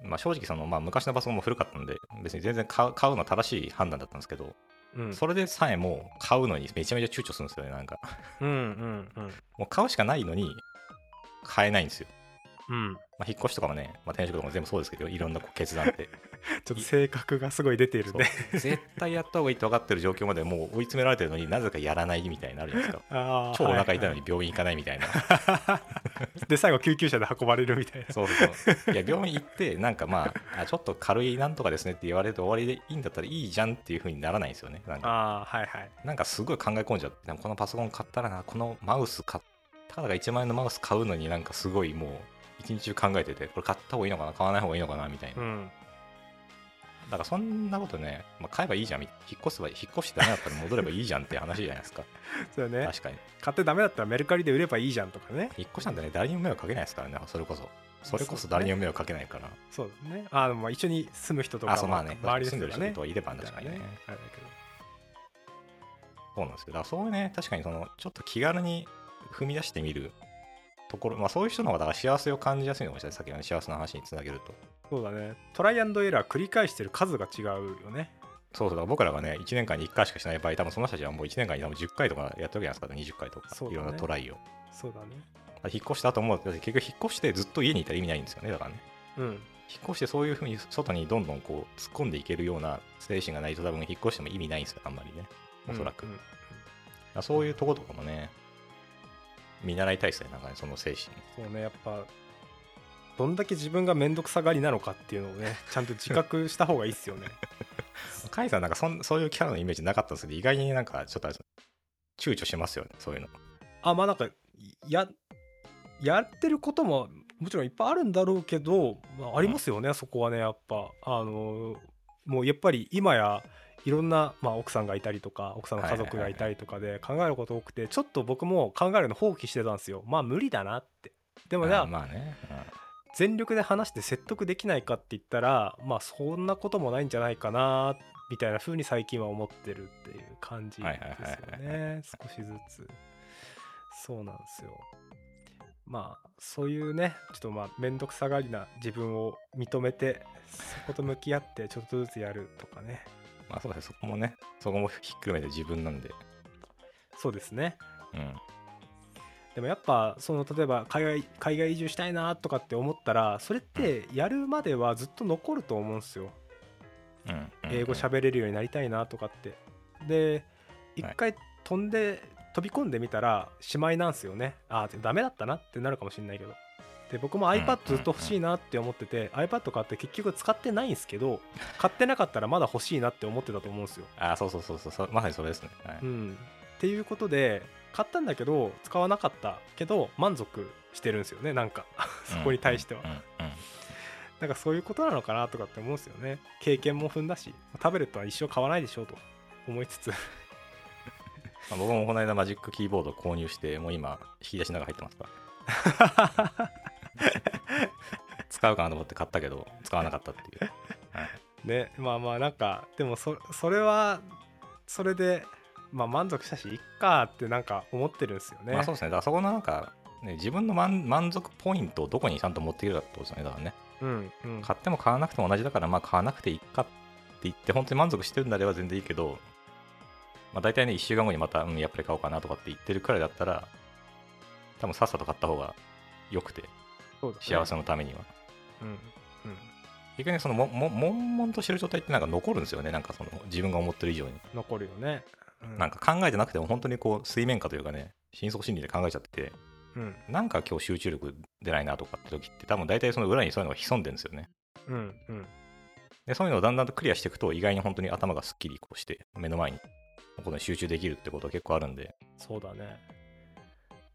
Speaker 1: まあ、正直その、まあ、昔のパソコンも古かったんで、別に全然買う買うのは正しい判断だったんですけど、
Speaker 2: うん
Speaker 1: それでさえもう買うのにめちゃめちゃ躊躇するんですよね、なんか。
Speaker 2: うんうんうん
Speaker 1: もう買うしかないのに買えないんですよ。
Speaker 2: うん
Speaker 1: まあ、引っ越しとかもね、まあ、転職とかも全部そうですけど、いろんなこう決断 (laughs) って。
Speaker 2: ちょっと性格がすごい出ているね
Speaker 1: そう絶対やった方がいいって分かってる状況までもう追い詰められてるのになぜかやらないみたいになるじゃないです (laughs) か。
Speaker 2: あー
Speaker 1: 超お腹痛いの
Speaker 2: は
Speaker 1: に病院行かないみたいな。
Speaker 2: いで最後救急車で運ばれるみたい
Speaker 1: (laughs)
Speaker 2: な
Speaker 1: そうそうそう。いや、病院行って、なんかまあ、あちょっと軽いなんとかですねって言われて終わりでいいんだったらいいじゃんっていう風にならないんですよね。なんか、
Speaker 2: ああはいはい
Speaker 1: なんかすごい考え込んじゃって、でもこのパソコン買ったらな、このマウス買ったから1万円のマウス買うのになんかすごいもう、一日中考えてて、これ買った方がいいのかな、買わない方がいいのかなみたいな
Speaker 2: う。ん
Speaker 1: だからそんなことね、まあ、買えばいいじゃん、引っ越せばいい、引っ越してダメだったら戻ればいいじゃんって話じゃない
Speaker 2: (laughs)
Speaker 1: ですか。
Speaker 2: そうだね
Speaker 1: 確かに。
Speaker 2: 買ってダメだったらメルカリで売ればいいじゃんとかね
Speaker 1: 引っ越しなんてね、誰にも迷惑かけないですからね、それこそ。それこそ誰にも迷惑かけないから。
Speaker 2: そうだねあーでもまあ一緒に住む人とか
Speaker 1: あ、そうまあね、
Speaker 2: 周りで
Speaker 1: 住
Speaker 2: す
Speaker 1: んでる
Speaker 2: よ
Speaker 1: 人
Speaker 2: ね
Speaker 1: とはいれば
Speaker 2: み
Speaker 1: 確
Speaker 2: た
Speaker 1: か
Speaker 2: い
Speaker 1: に
Speaker 2: なね
Speaker 1: ね。
Speaker 2: あれだけど
Speaker 1: そうなんですけど、だからそういうね、確かにその、ちょっと気軽に踏み出してみるところ、まあそういう人の方がだから幸せを感じやすいのかもしれない、さっきのね幸せの話につなげると。
Speaker 2: そうだねトライアンドエラー繰り返してる数が違うよね
Speaker 1: そうそう、だから僕らがね、1年間に1回しかしない場合、多分その人たちはもう1年間に多分10回とかやってるわけじゃないですか、20回とか、
Speaker 2: そうだ
Speaker 1: い
Speaker 2: ね
Speaker 1: ろんなトライを。
Speaker 2: そうだね
Speaker 1: だから引っ越したと思うと、結局引っ越してずっと家にいたら意味ないんですよね、だからね。
Speaker 2: うん
Speaker 1: 引っ越してそういうふうに外にどんどんこう突っ込んでいけるような精神がないと多分引っ越しても意味ないんですよあんまりねおそらく、
Speaker 2: うん
Speaker 1: だからそういうとことかもね見習いたいですねなんかねその精神
Speaker 2: そうねやっぱどんだけ自分が面倒くさがりなのかっていうのをねちゃんと自覚した方がいいっすよね
Speaker 1: 甲斐さんなんかそんそういうキャラのイメージなかったんですけど意外になんかちょっとあれです躊躇しますよねそういうの
Speaker 2: あまあなんかややってることももちろんいっぱいあるんだろうけど、まあ、ありますよね、そこはねやっぱあのもうやっぱり今やいろんな、まあ、奥さんがいたりとか奥さんの家族がいたりとかで考えること多くてちょっと僕も考えるの放棄してたんですよまあ無理だなってでもじゃ
Speaker 1: あーまあね、
Speaker 2: 全力で話して説得できないかって言ったらまあそんなこともないんじゃないかなみたいな風に最近は思ってるっていう感じですよ
Speaker 1: はいはい
Speaker 2: ね少しずつそうなんですよまあそういうねちょっとまあ面倒くさがりな自分を認めてそこと向き合ってちょっとずつやるとかね
Speaker 1: うん、まあそうですねそこもねそこもひっくるめて自分なんで
Speaker 2: そうですね
Speaker 1: うん
Speaker 2: でもやっぱその例えば海外海外移住したいなとかって思ったらそれってやるまではずっと残ると思うんですよ
Speaker 1: うんうん
Speaker 2: 英語喋れるようになりたいなとかってで一
Speaker 1: はい
Speaker 2: 回飛んで、飛び込んでみたらしまいなんすよねああダメだったなってなるかもしれないけどで僕も
Speaker 1: ん
Speaker 2: iPad ずっと欲しいなって思ってて、iPad 買って結局使ってないんですけ
Speaker 1: (laughs)
Speaker 2: ど買ってなかったらまだ欲しいなって思ってたと思うんですよ、
Speaker 1: あーそうそうそうそうそうまさにそれですね、はい
Speaker 2: うん、っていうことで買ったんだけど使わなかったけど満足してるんですよねなんかそこに対しては、
Speaker 1: うんうんうんうん
Speaker 2: なんかそういうことなのかなとかって思うんですよね経験も踏んだしタブレットは一生買わないでしょうと思いつつ
Speaker 1: まあ僕もこの間マジックキーボード購入して、もう今、引き出しの中入ってますから。 (laughs) 使うかなと思って買ったけど、使わなかったっていう。
Speaker 2: ねまあまあなんかでもそそれはそれで、まあ、満足したしいっかってなんか思ってるんですよね、
Speaker 1: まあそうですね、だからそこのなんか、ね、自分の満満足ポイントをどこにちゃんと持っていけるかってことですよね。だからね、
Speaker 2: うんうん
Speaker 1: 買っても買わなくても同じだから、まあ買わなくていいかって言って、本当に満足してるんであれば全然いいけど、まあ大体ね、1週間後にまた、うん、やっぱり買おうかなとかって言ってるくらいだったら、多分さっさと買った方が良くて、
Speaker 2: そうだね
Speaker 1: 幸せのためには。
Speaker 2: うんうん
Speaker 1: 逆にそのもも悶々としてる状態ってなんか残るんですよねなんかその自分が思ってる以上に、
Speaker 2: 残るよね、うん、
Speaker 1: なんか考えてなくても本当にこう水面下というかね深層心理で考えちゃってて
Speaker 2: うん
Speaker 1: なんか今日集中力出ないなとかって時って多分大体その裏にそういうのが潜んでるんですよね
Speaker 2: うんうん
Speaker 1: でそういうのをだんだんとクリアしていくと意外に本当に頭がすっきりこうして目の前にここに集中できるってことは結構あるんで
Speaker 2: そうだね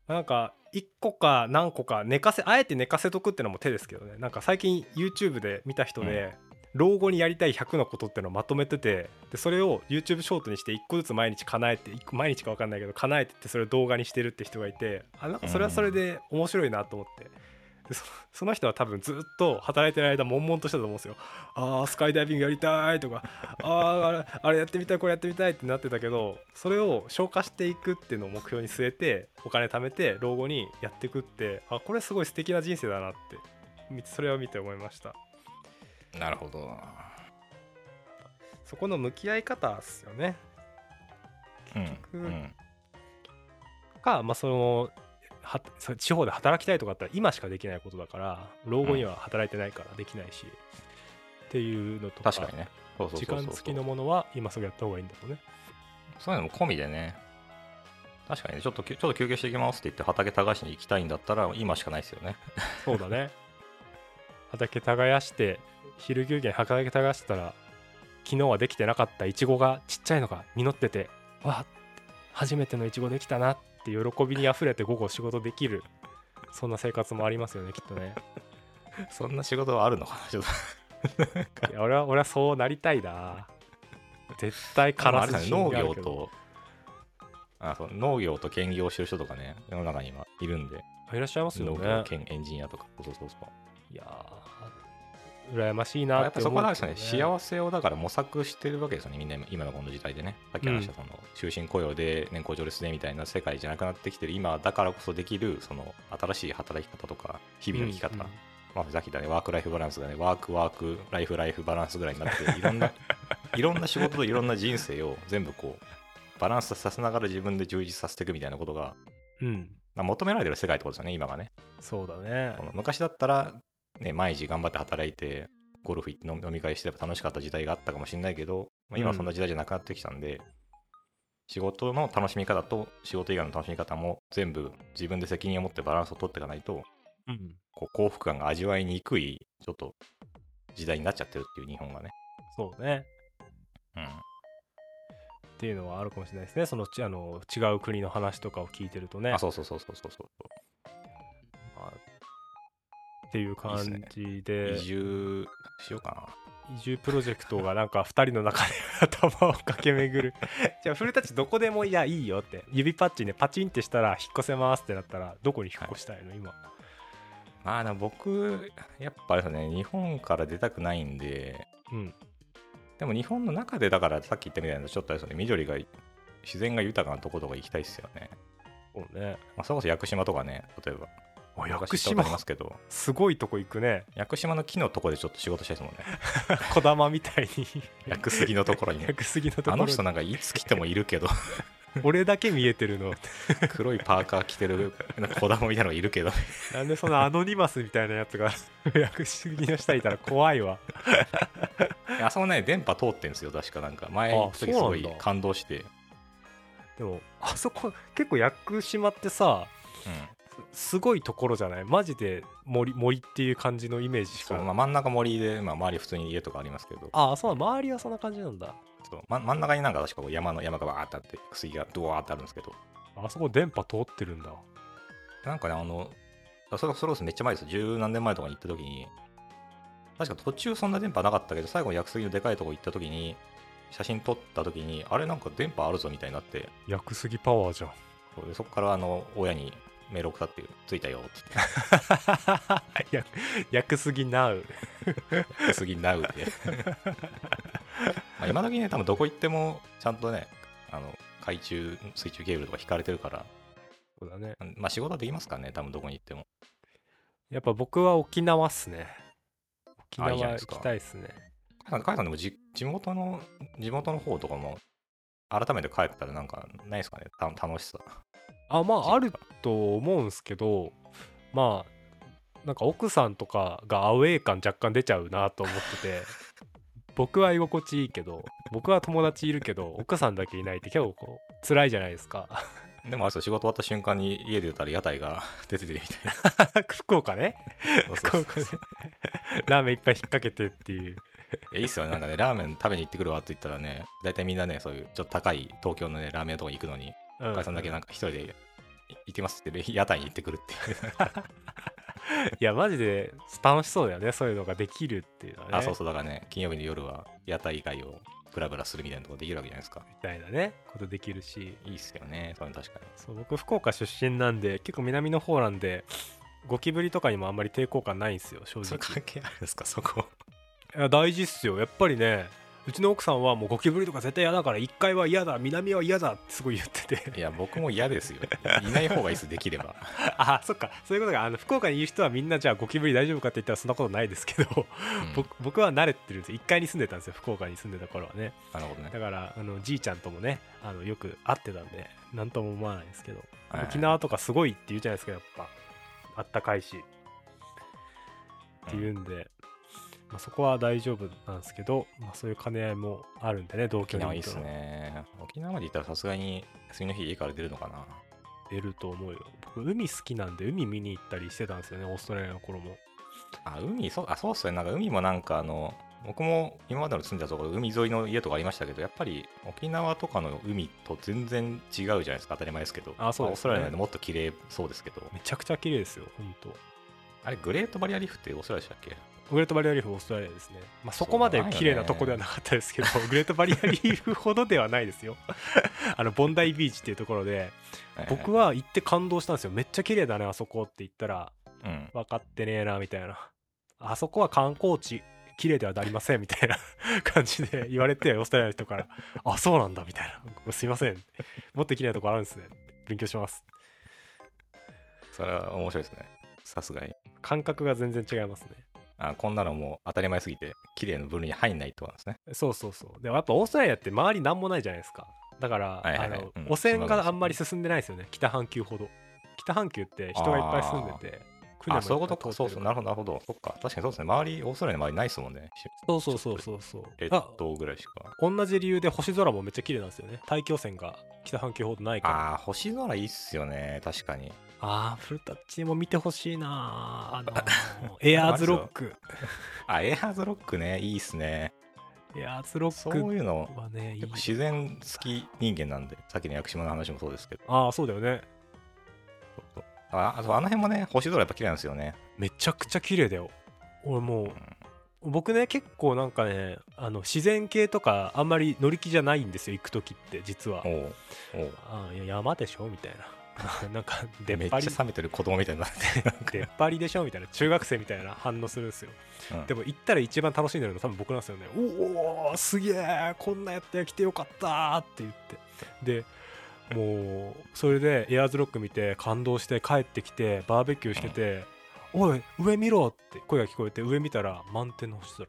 Speaker 2: なんか1個か何個か寝かせあえて寝かせとくってのも手ですけどねなんか最近 YouTube で見た人で、老後にやりたい100のことってのをまとめててでそれを YouTube ショートにして1個ずつ毎日叶えて一個毎日か分かんないけど叶えてってそれを動画にしてるって人がいてあなんかそれはそれで面白いなと思って、でそその人は多分ずっと働いてる間悶々としてたと思うんですよあースカイダイビングやりたいとかあーあれあれやってみたいこれやってみたいってなってたけどそれを消化していくっていうのを目標に据えてお金貯めて老後にやっていくってあこれすごい素敵な人生だなってみそれを見て思いました
Speaker 1: なるほどな。
Speaker 2: そこの向き合い方っすよね
Speaker 1: うん。
Speaker 2: 結
Speaker 1: う
Speaker 2: 局
Speaker 1: ん。
Speaker 2: か、まあ、そのはそ地方で働きたいとかだったら今しかできないことだから老後には働いてないからできないし、っていうのとか
Speaker 1: 確かにね。そうそう
Speaker 2: 時
Speaker 1: そうそう
Speaker 2: 間付きのものは今すぐやった方がいいんだろうね
Speaker 1: そういうのも込みでね。確かにね、ちょっときゅちょっと休憩してきますって言って畑耕しに行きたいんだったら今しかないですよね。
Speaker 2: そうだね畑耕して昼休憩に畑耕してたら昨日はできてなかったイチゴがちっちゃいのが実っててわあ初めてのイチゴできたなって喜びにあふれて午後仕事できるそんな生活もありますよねきっとね
Speaker 1: (laughs) そんな仕事はあるのか (laughs) なちょっと
Speaker 2: いや俺は俺はそうなりたいな絶対カ
Speaker 1: あ
Speaker 2: ラ
Speaker 1: れ
Speaker 2: ス
Speaker 1: だね
Speaker 2: 死
Speaker 1: 農
Speaker 2: んじゃう
Speaker 1: 業
Speaker 2: けど
Speaker 1: とあそう農業と兼業してる人とかね、世の中にはいるんで、
Speaker 2: あいらっしゃいますよ
Speaker 1: 農
Speaker 2: ね
Speaker 1: 業兼エンジニアとか、そうそうそう。
Speaker 2: いやー羨ましいな
Speaker 1: や
Speaker 2: っ
Speaker 1: っぱ
Speaker 2: て
Speaker 1: そ
Speaker 2: 思
Speaker 1: こ
Speaker 2: う
Speaker 1: は
Speaker 2: けど
Speaker 1: ね、幸せをだから模索してるわけですよね、みんな今のこの時代でね。さっき話したその終身雇用で年功序列でみたいな世界じゃなくなってきてる、今だからこそできるその新しい働き方とか、日々の生き方、
Speaker 2: うんうん
Speaker 1: まあ、さっき言ったね、ワークライフバランスがね、ワークワーク、ライフライフバランスぐらいになって、いろんな、いろんな仕事といろんな人生を全部こう、バランスさせながら自分で充実させていくみたいなことが、
Speaker 2: うん
Speaker 1: まあ求められてる世界ってことですよね、今がね。
Speaker 2: そうだね
Speaker 1: この昔だったら、ね、毎日頑張って働いて、ゴルフ行って飲み飲み会してれば楽しかった時代があったかもしれないけど、まあ、今はそんな時代じゃなくなってきたんで、仕事の楽しみ方と仕事以外の楽しみ方も全部自分で責任を持ってバランスを取っていかないと、
Speaker 2: うん
Speaker 1: こう幸福感が味わいにくい、ちょっと時代になっちゃってるっていう日本がね。
Speaker 2: そうね
Speaker 1: うん。
Speaker 2: っていうのはあるかもしれないですねそのちあの違う国の話とかを聞いてるとね
Speaker 1: あ、そうそうそうそうそうそう。
Speaker 2: まあっていう感じで
Speaker 1: 移住しようか
Speaker 2: 移住プロジェクトがなんか2人の中で頭を駆け巡る (laughs) じゃあ古たちどこでもいやいいよって指パッチンでパチンってしたら引っ越せますってなったらどこに引っ越したいの今
Speaker 1: な。まあでも僕、やっぱあれですね、日本から出たくないんで、
Speaker 2: うん
Speaker 1: でも日本の中でだからさっき言ったみたいなちょっとあれですよね緑が自然が豊かなとことか行きたいっすよね、
Speaker 2: そうね
Speaker 1: まあ、それこそ屋久島とかね例えば
Speaker 2: あ屋久
Speaker 1: 昔行ったことありま
Speaker 2: 島
Speaker 1: すけど
Speaker 2: すごいとこ行くね
Speaker 1: 屋久島の木のとこでちょっと仕事したいですもんね
Speaker 2: (laughs) 小玉みたい (laughs) に
Speaker 1: 屋久杉のところに、ね、
Speaker 2: 薬杉のところ
Speaker 1: あの人なんかいつ来てもいるけど (laughs)
Speaker 2: 俺だけ見えてるの
Speaker 1: 黒いパーカー着てるなんか子供みたいなのがいるけど (laughs)
Speaker 2: なんでそのアノニマスみたいなやつ (laughs) が薬杉の下にいたら怖いわ
Speaker 1: あそこね電波通ってんですよ確かなんか前行った時す
Speaker 2: あそう
Speaker 1: ご
Speaker 2: なんだ
Speaker 1: い感動して
Speaker 2: でもあそこ結構屋久島ってさ
Speaker 1: うん
Speaker 2: すごいところじゃないマジで森森っていう感じのイメージし
Speaker 1: そ
Speaker 2: か
Speaker 1: うまあ、真ん中森で、まあ、周り普通に家とかありますけど
Speaker 2: ああそう周りはそんな感じなんだ
Speaker 1: そう、ま、真ん中になんか確かこう山の山がバーってあって杉がドワーってあるんですけど
Speaker 2: あそこ電波通ってるんだ
Speaker 1: なんかね、あの、それそれこそめっちゃ前ですよ。十何年前とかに行った時に、確か途中そんな電波なかったけど、最後薬杉のでかいとこ行った時に、写真撮った時に、あれなんか電波あるぞみたいになって、
Speaker 2: 屋久杉パワーじゃ (laughs) ん
Speaker 1: こうそこからあの、親にメール送ったっていう、着いたよって言
Speaker 2: や屋久杉ナウ
Speaker 1: って、 (laughs) 薬杉なうって。まあ今時ね、多分どこ行っても、ちゃんとね、あの、海中、水中ケーブルとか引かれてるから、
Speaker 2: そうだね
Speaker 1: まあ仕事はできますからね、多分どこに行っても。
Speaker 2: やっぱ僕は沖縄っすね沖
Speaker 1: あいいじゃないで
Speaker 2: 縄行
Speaker 1: すか
Speaker 2: きたいっすね
Speaker 1: カイさんでもじ地元の地元の方とかも改めて帰ったらなんかないですかねた楽しさ
Speaker 2: あまああると思うんすけどまあなんか奥さんとかがアウェー感若干出ちゃうなと思って
Speaker 1: (laughs)
Speaker 2: て僕は居心地いいけど僕は友達いるけど奥さんだけいないって結構こう辛いじゃないですか (laughs)
Speaker 1: でもあれですよ仕事終わった瞬間に家出たら屋台が (laughs) 出ててみ
Speaker 2: (laughs)
Speaker 1: たい
Speaker 2: 福岡ね
Speaker 1: な
Speaker 2: 福
Speaker 1: そう
Speaker 2: 岡
Speaker 1: そう
Speaker 2: で
Speaker 1: そう
Speaker 2: (laughs) ラーメンいっぱい引っ掛けてっていう
Speaker 1: いやいいっすよねなんかねラーメン食べに行ってくるわって言ったらね大体みんなねそういうちょっと高い東京のねラーメン屋とか行くのに
Speaker 2: うん
Speaker 1: カイさんだけなんか一人でい行ってますって言って屋台に行ってくるっていう
Speaker 2: いやマジで楽しそうだよねそういうのができるっていうのはね
Speaker 1: あそうそうだからね金曜日の夜は屋台以外をブラブラするみたいなとこできるわけじゃないですか
Speaker 2: みたいなねことできるし
Speaker 1: いいっすよねそういうの確かに
Speaker 2: そう僕福岡出身なんで結構南の方なんでゴキブリとかにもあんまり抵抗感ないんですよ正
Speaker 1: それ
Speaker 2: 直
Speaker 1: 関係あるんですか、そこ。
Speaker 2: いや大事っすよやっぱりねうちの奥さんはもうゴキブリとか絶対嫌だから1階は嫌だ南は嫌だってすごい言ってて
Speaker 1: いや、僕も嫌ですよ。いない方がいいです、でき
Speaker 2: (laughs)
Speaker 1: れば。
Speaker 2: あそっかそういうことがあの福岡にいる人はみんなじゃあゴキブリ大丈夫かって言ったらそんなことないですけど、 (laughs)
Speaker 1: うん
Speaker 2: 僕僕は慣れてるんですよ1階に住んでたんですよ福岡に住んでた頃はね
Speaker 1: なるほどね
Speaker 2: だ。からあのじいちゃんともねあのよく会ってたんで何とも思わないですけど
Speaker 1: はいはい
Speaker 2: 沖縄とかすごいって言うじゃないですかやっぱあったかいしっていうんで、まあ、そこは大丈夫なんですけど、まあ、そういう兼ね合いもあるんでね同
Speaker 1: 沖
Speaker 2: 居人
Speaker 1: 縄いいっ
Speaker 2: と
Speaker 1: す
Speaker 2: の
Speaker 1: ね。沖縄まで行ったらさすがに次の日家から出るのかな。
Speaker 2: 出ると思うよ僕海好きなんで海見に行ったりしてたんですよねオーストラリアの頃も
Speaker 1: あ、海、そう、あ、そうっすね。なんか海もなんかあの、僕も今までの住んでたところ、海沿いの家とかありましたけど、やっぱり沖縄とかの海と全然違うじゃないですか、当たり前ですけど。
Speaker 2: あそう
Speaker 1: まオー
Speaker 2: ですね
Speaker 1: ストラリアなんでもっと綺麗そうですけど。
Speaker 2: めちゃくちゃ綺麗ですよほんと
Speaker 1: あれ、グレートバリアリーフってオーストラリアでしたっけ
Speaker 2: グレートバリアリーフオーストラリアですね、まあ、そこまで綺麗なとこではなかったで
Speaker 1: (laughs)
Speaker 2: すけど、グレートバリアリーフほどではないですよ (laughs) あのボンダイビーチっていうところで僕、は行って感動したんですよめっちゃ綺麗だねあそこって言ったら
Speaker 1: ええうん。
Speaker 2: 分かってねえなみたいなあそこは観光地綺麗ではなりませんみたいな (laughs) 感じで言われてオーストラリアの人からあそうなんだみたいなすいませんもっと綺麗なとこあるんですね勉強します
Speaker 1: それは面白いですね。さすがに。
Speaker 2: 感覚が全然違いますね
Speaker 1: あこんなのもう当たり前すぎて、綺麗な分類に入んないってことなんですね。
Speaker 2: そうそうそうでもやっぱオーストラリアって周り何もないじゃないですかだから、
Speaker 1: はいはいはい
Speaker 2: あの
Speaker 1: うん
Speaker 2: 汚染があんまり進んでないですよね北半球ほど北半球って人がいっぱい住んでて船も
Speaker 1: あ、そういうこと
Speaker 2: い
Speaker 1: か。
Speaker 2: っぱ
Speaker 1: そ
Speaker 2: いう通って
Speaker 1: そう、
Speaker 2: る
Speaker 1: な
Speaker 2: か
Speaker 1: るほど、なるほど。そっか。確かにそうですね。周り、オーストラリアの周りないですもんね。し
Speaker 2: らそうそうそうそうそう
Speaker 1: 列
Speaker 2: あ
Speaker 1: 島ぐらいしか。
Speaker 2: 同じ理由で星空もめっちゃ綺麗なんですよね大気汚染が北半球ほどないから
Speaker 1: ああ、星空いいっすよね。確かに。
Speaker 2: ああ古舘も見てほしいなあの
Speaker 1: (laughs)
Speaker 2: ーエアーズロック
Speaker 1: あ、エアーズロックね。いいっすね。
Speaker 2: エアーズロ
Speaker 1: そ
Speaker 2: ッ
Speaker 1: う
Speaker 2: ク
Speaker 1: いうの、
Speaker 2: はねいい
Speaker 1: 結構自然好き人間なんで、さっきの屋久島の話もそうですけど。
Speaker 2: ああそうだよね
Speaker 1: そうそうああそうあの辺もね、星空やっぱ綺麗なんですよね。
Speaker 2: めちゃくちゃ綺麗だよ俺
Speaker 1: う
Speaker 2: も
Speaker 1: ん
Speaker 2: う僕ね結構なんかねあの自然系とかあんまり乗り気じゃないんですよ行く時って実は
Speaker 1: おうおう
Speaker 2: ああいや山でしょみたいな (laughs) なんか出
Speaker 1: め
Speaker 2: っ
Speaker 1: っち
Speaker 2: 張
Speaker 1: ゃ
Speaker 2: り
Speaker 1: 冷めてる子供みたいになってなんか
Speaker 2: 出っ張りでしょみたいな中学生みたいな反応するんですよ
Speaker 1: (laughs) うん
Speaker 2: でも行ったら一番楽しんでるの多分僕なんですよね。おおすげえこんなやって来てよかったーって言って。でもうそれでエアーズロック見て感動して帰ってきてバーベキューしてて「おい上見ろ!」って声が聞こえて上見たら満点の星空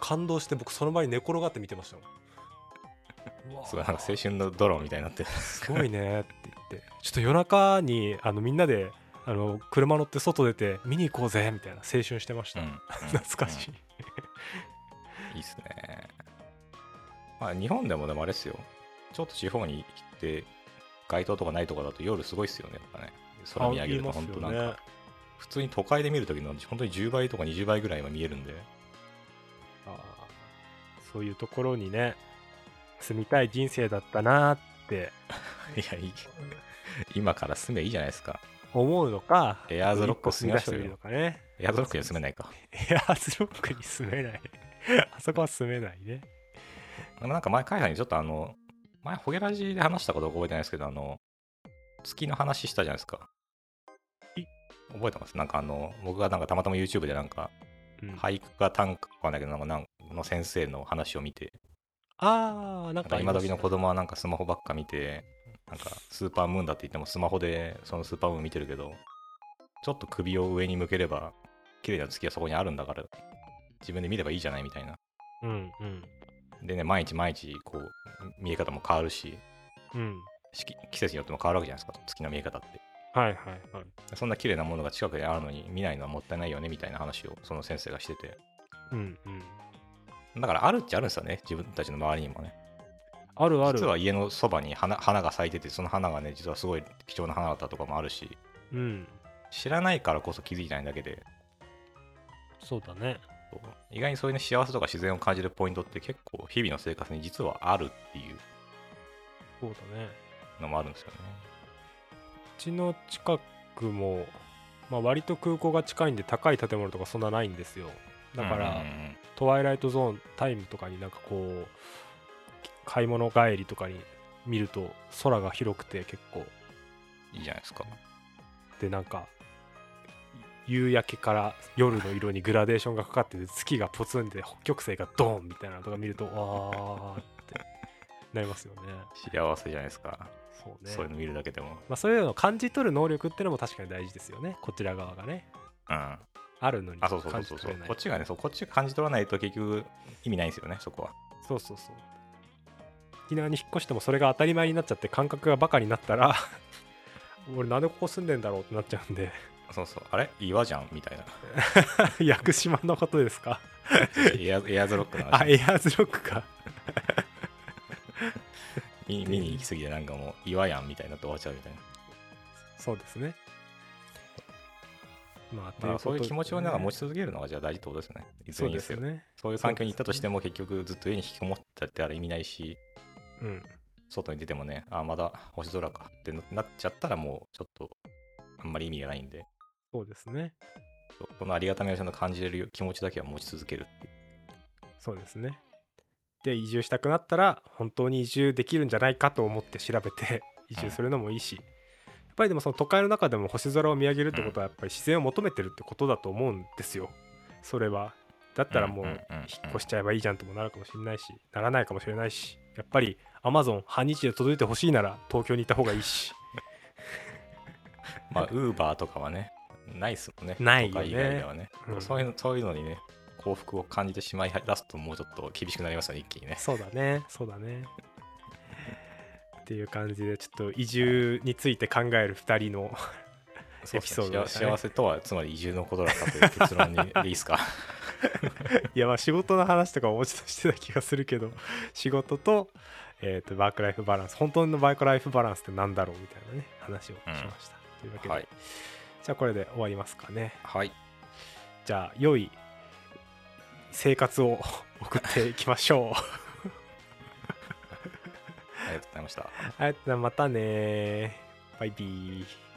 Speaker 2: 感動して僕その場に寝転がって見てましたもんうわー
Speaker 1: すごいなんか青春のドローンみたいになってる。
Speaker 2: すごいねって言ってちょっと夜中にあのみんなであの車乗って外出て見に行こうぜみたいな青春してました、
Speaker 1: うん
Speaker 2: 懐かしい、
Speaker 1: いいっすね。まあ、日本でもでもあれっすよ。ちょっと地方に行って、街灯とかないとかだと夜すごいっすよね。やっぱね空見上げると本当なんか、普通に都会で見るときの本当に10倍とか20倍ぐらいは見えるんで。
Speaker 2: そういうところにね住みたい人生だったなって
Speaker 1: いや、いい今から住めばいいじゃないですか。
Speaker 2: 思うのか
Speaker 1: エアーズロック
Speaker 2: 一歩踏み出してみるのかね
Speaker 1: エアドロックには住めないか。
Speaker 2: エアーズロックに住めないあそこは住めないね
Speaker 1: なんか前、海外にちょっとあの、前、ホゲラジで話したこと覚えてないですけど、あの、月の話したじゃないですか
Speaker 2: い。
Speaker 1: 覚えてますなんかあの、僕がなんかたまたま YouTube でなんか、
Speaker 2: うん
Speaker 1: 俳句か短歌かわかんないけど、なんかなんの先生の話を見て、
Speaker 2: ああなん
Speaker 1: なんか
Speaker 2: か
Speaker 1: 今時の
Speaker 2: の
Speaker 1: 子供はなんかスマホばっか見て、なんかスーパームーンだって言ってもスマホでそのスーパームーン見てるけど、ちょっと首を上に向ければ、綺麗な月はそこにあるんだから、自分で見ればいいじゃないみたいな。
Speaker 2: うんうん
Speaker 1: でね、毎日毎日、こう、見え方も変わるし、
Speaker 2: うん
Speaker 1: 四季季節によっても変わるわけじゃないですか、月の見え方って。
Speaker 2: はいはいはい
Speaker 1: そんな綺麗なものが近くにあるのに見ないのはもったいないよねみたいな話をその先生がしてて。
Speaker 2: うんうん
Speaker 1: だからあるっちゃあるんですよね、自分たちの周りにもね。
Speaker 2: あるある
Speaker 1: 実は家のそばに花花が咲いててその花がね実はすごい貴重な花だったとかもあるし
Speaker 2: うん
Speaker 1: 知らないからこそ気づいてないだけで
Speaker 2: そうだね
Speaker 1: こう意外にそういうね幸せとか自然を感じるポイントって結構日々の生活に実はあるっていう
Speaker 2: そうだね
Speaker 1: のもあるんですよね
Speaker 2: うちの近くも、まあ、割と空港が近いんで高い建物とかそんなないんですよだから、
Speaker 1: うんうんうん
Speaker 2: トワイライトゾーンタイムとかになんかこう買い物帰りとかに見ると空が広くて結構
Speaker 1: いいじゃないですか
Speaker 2: でなんか夕焼けから夜の色にグラデーションがかかってて月がポツンで北極星がドーンみたいなのとか見るとわーってなりますよね。
Speaker 1: 幸せじゃないですか、
Speaker 2: そうね
Speaker 1: そういうの見るだけでも。
Speaker 2: まあ、そういうのを感じ取る能力ってのも確かに大事ですよねこちら側がね
Speaker 1: うん、
Speaker 2: あるのに
Speaker 1: あ、そうそうそ
Speaker 2: 感
Speaker 1: う
Speaker 2: じ
Speaker 1: そう
Speaker 2: 取れない
Speaker 1: こっちがねそう、こっちが感じ取らないと結局意味ないんですよね、そこは。
Speaker 2: そうそうそう沖縄に引っ越してもそれが当たり前になっちゃって感覚がバカにな
Speaker 1: (laughs)
Speaker 2: ったら俺なんでここ住んでんだろうってなっちゃうんで (laughs)
Speaker 1: そうそう、あれ岩じゃんみたいな。
Speaker 2: 屋久島のことですか
Speaker 1: エアエアーズロックの
Speaker 2: あ
Speaker 1: 話
Speaker 2: エアーズロックか
Speaker 1: 見見に行き過ぎて、なんかもう岩やんみたいになって終わっちゃうみたいな。
Speaker 2: そうですねまあ
Speaker 1: まあ、そういう気持ちをなんか持
Speaker 2: ち
Speaker 1: ち続けるのがじゃあ大事ってことですよね。いず
Speaker 2: そ
Speaker 1: れ
Speaker 2: う
Speaker 1: に
Speaker 2: で
Speaker 1: です
Speaker 2: す
Speaker 1: よ。
Speaker 2: ね
Speaker 1: そういう環境に行ったとしても、結局ずっと家に引きこもってたってあれ意味ないし、
Speaker 2: うん
Speaker 1: 外に出てもね、あ、まだ星空かってなっちゃったら、もうちょっとあんまり意味がないんで、
Speaker 2: そうですね
Speaker 1: そのありがたみをちゃんと感じれる気持ちだけは持ち続けるっていう
Speaker 2: そうですね。で移住したくなったら本当に移住できるんじゃないかと思って調べて移住するのもいいし、やっぱりでもその都会の中でも星空を見上げるってことはやっぱり自然を求めてるってことだと思うんですよそれは。だったらもう
Speaker 1: うんう
Speaker 2: 引
Speaker 1: んうんうん
Speaker 2: っ越しちゃえばいいじゃんともなるかもしれないしならないかもしれないしやっぱりアマゾン半日で届いてほしいなら東京に行った方がいいし
Speaker 1: まあ、ウーバーとかはね、ないっすもんね。
Speaker 2: ないよね
Speaker 1: 都会以外ではね、
Speaker 2: うん
Speaker 1: そういうの。そういうのにね、幸福を感じてしまい出すと、もうちょっと厳しくなりますよね、一気にね。
Speaker 2: そうだねそうだね。っていう感じでちょっと移住について考える2人の
Speaker 1: そうですね
Speaker 2: エピソードでしたね
Speaker 1: 幸せとは、つまり移住のことだったという結論にでいいです
Speaker 2: (laughs)
Speaker 1: か。
Speaker 2: いやまあ仕事の話とかもうちょっとしてた気がするけど (laughs) 仕事と,、えー、とワークライフバランス本当のワークライフバランスってなんだろうみたいなね話をしました、というわけで、
Speaker 1: はい。
Speaker 2: じゃあこれで終わりますかね
Speaker 1: はい。
Speaker 2: じゃあ良い生活を (laughs) 送っていきましょう
Speaker 1: あり
Speaker 2: (laughs)
Speaker 1: がとうございました。
Speaker 2: ありがとうございますまたねバイビー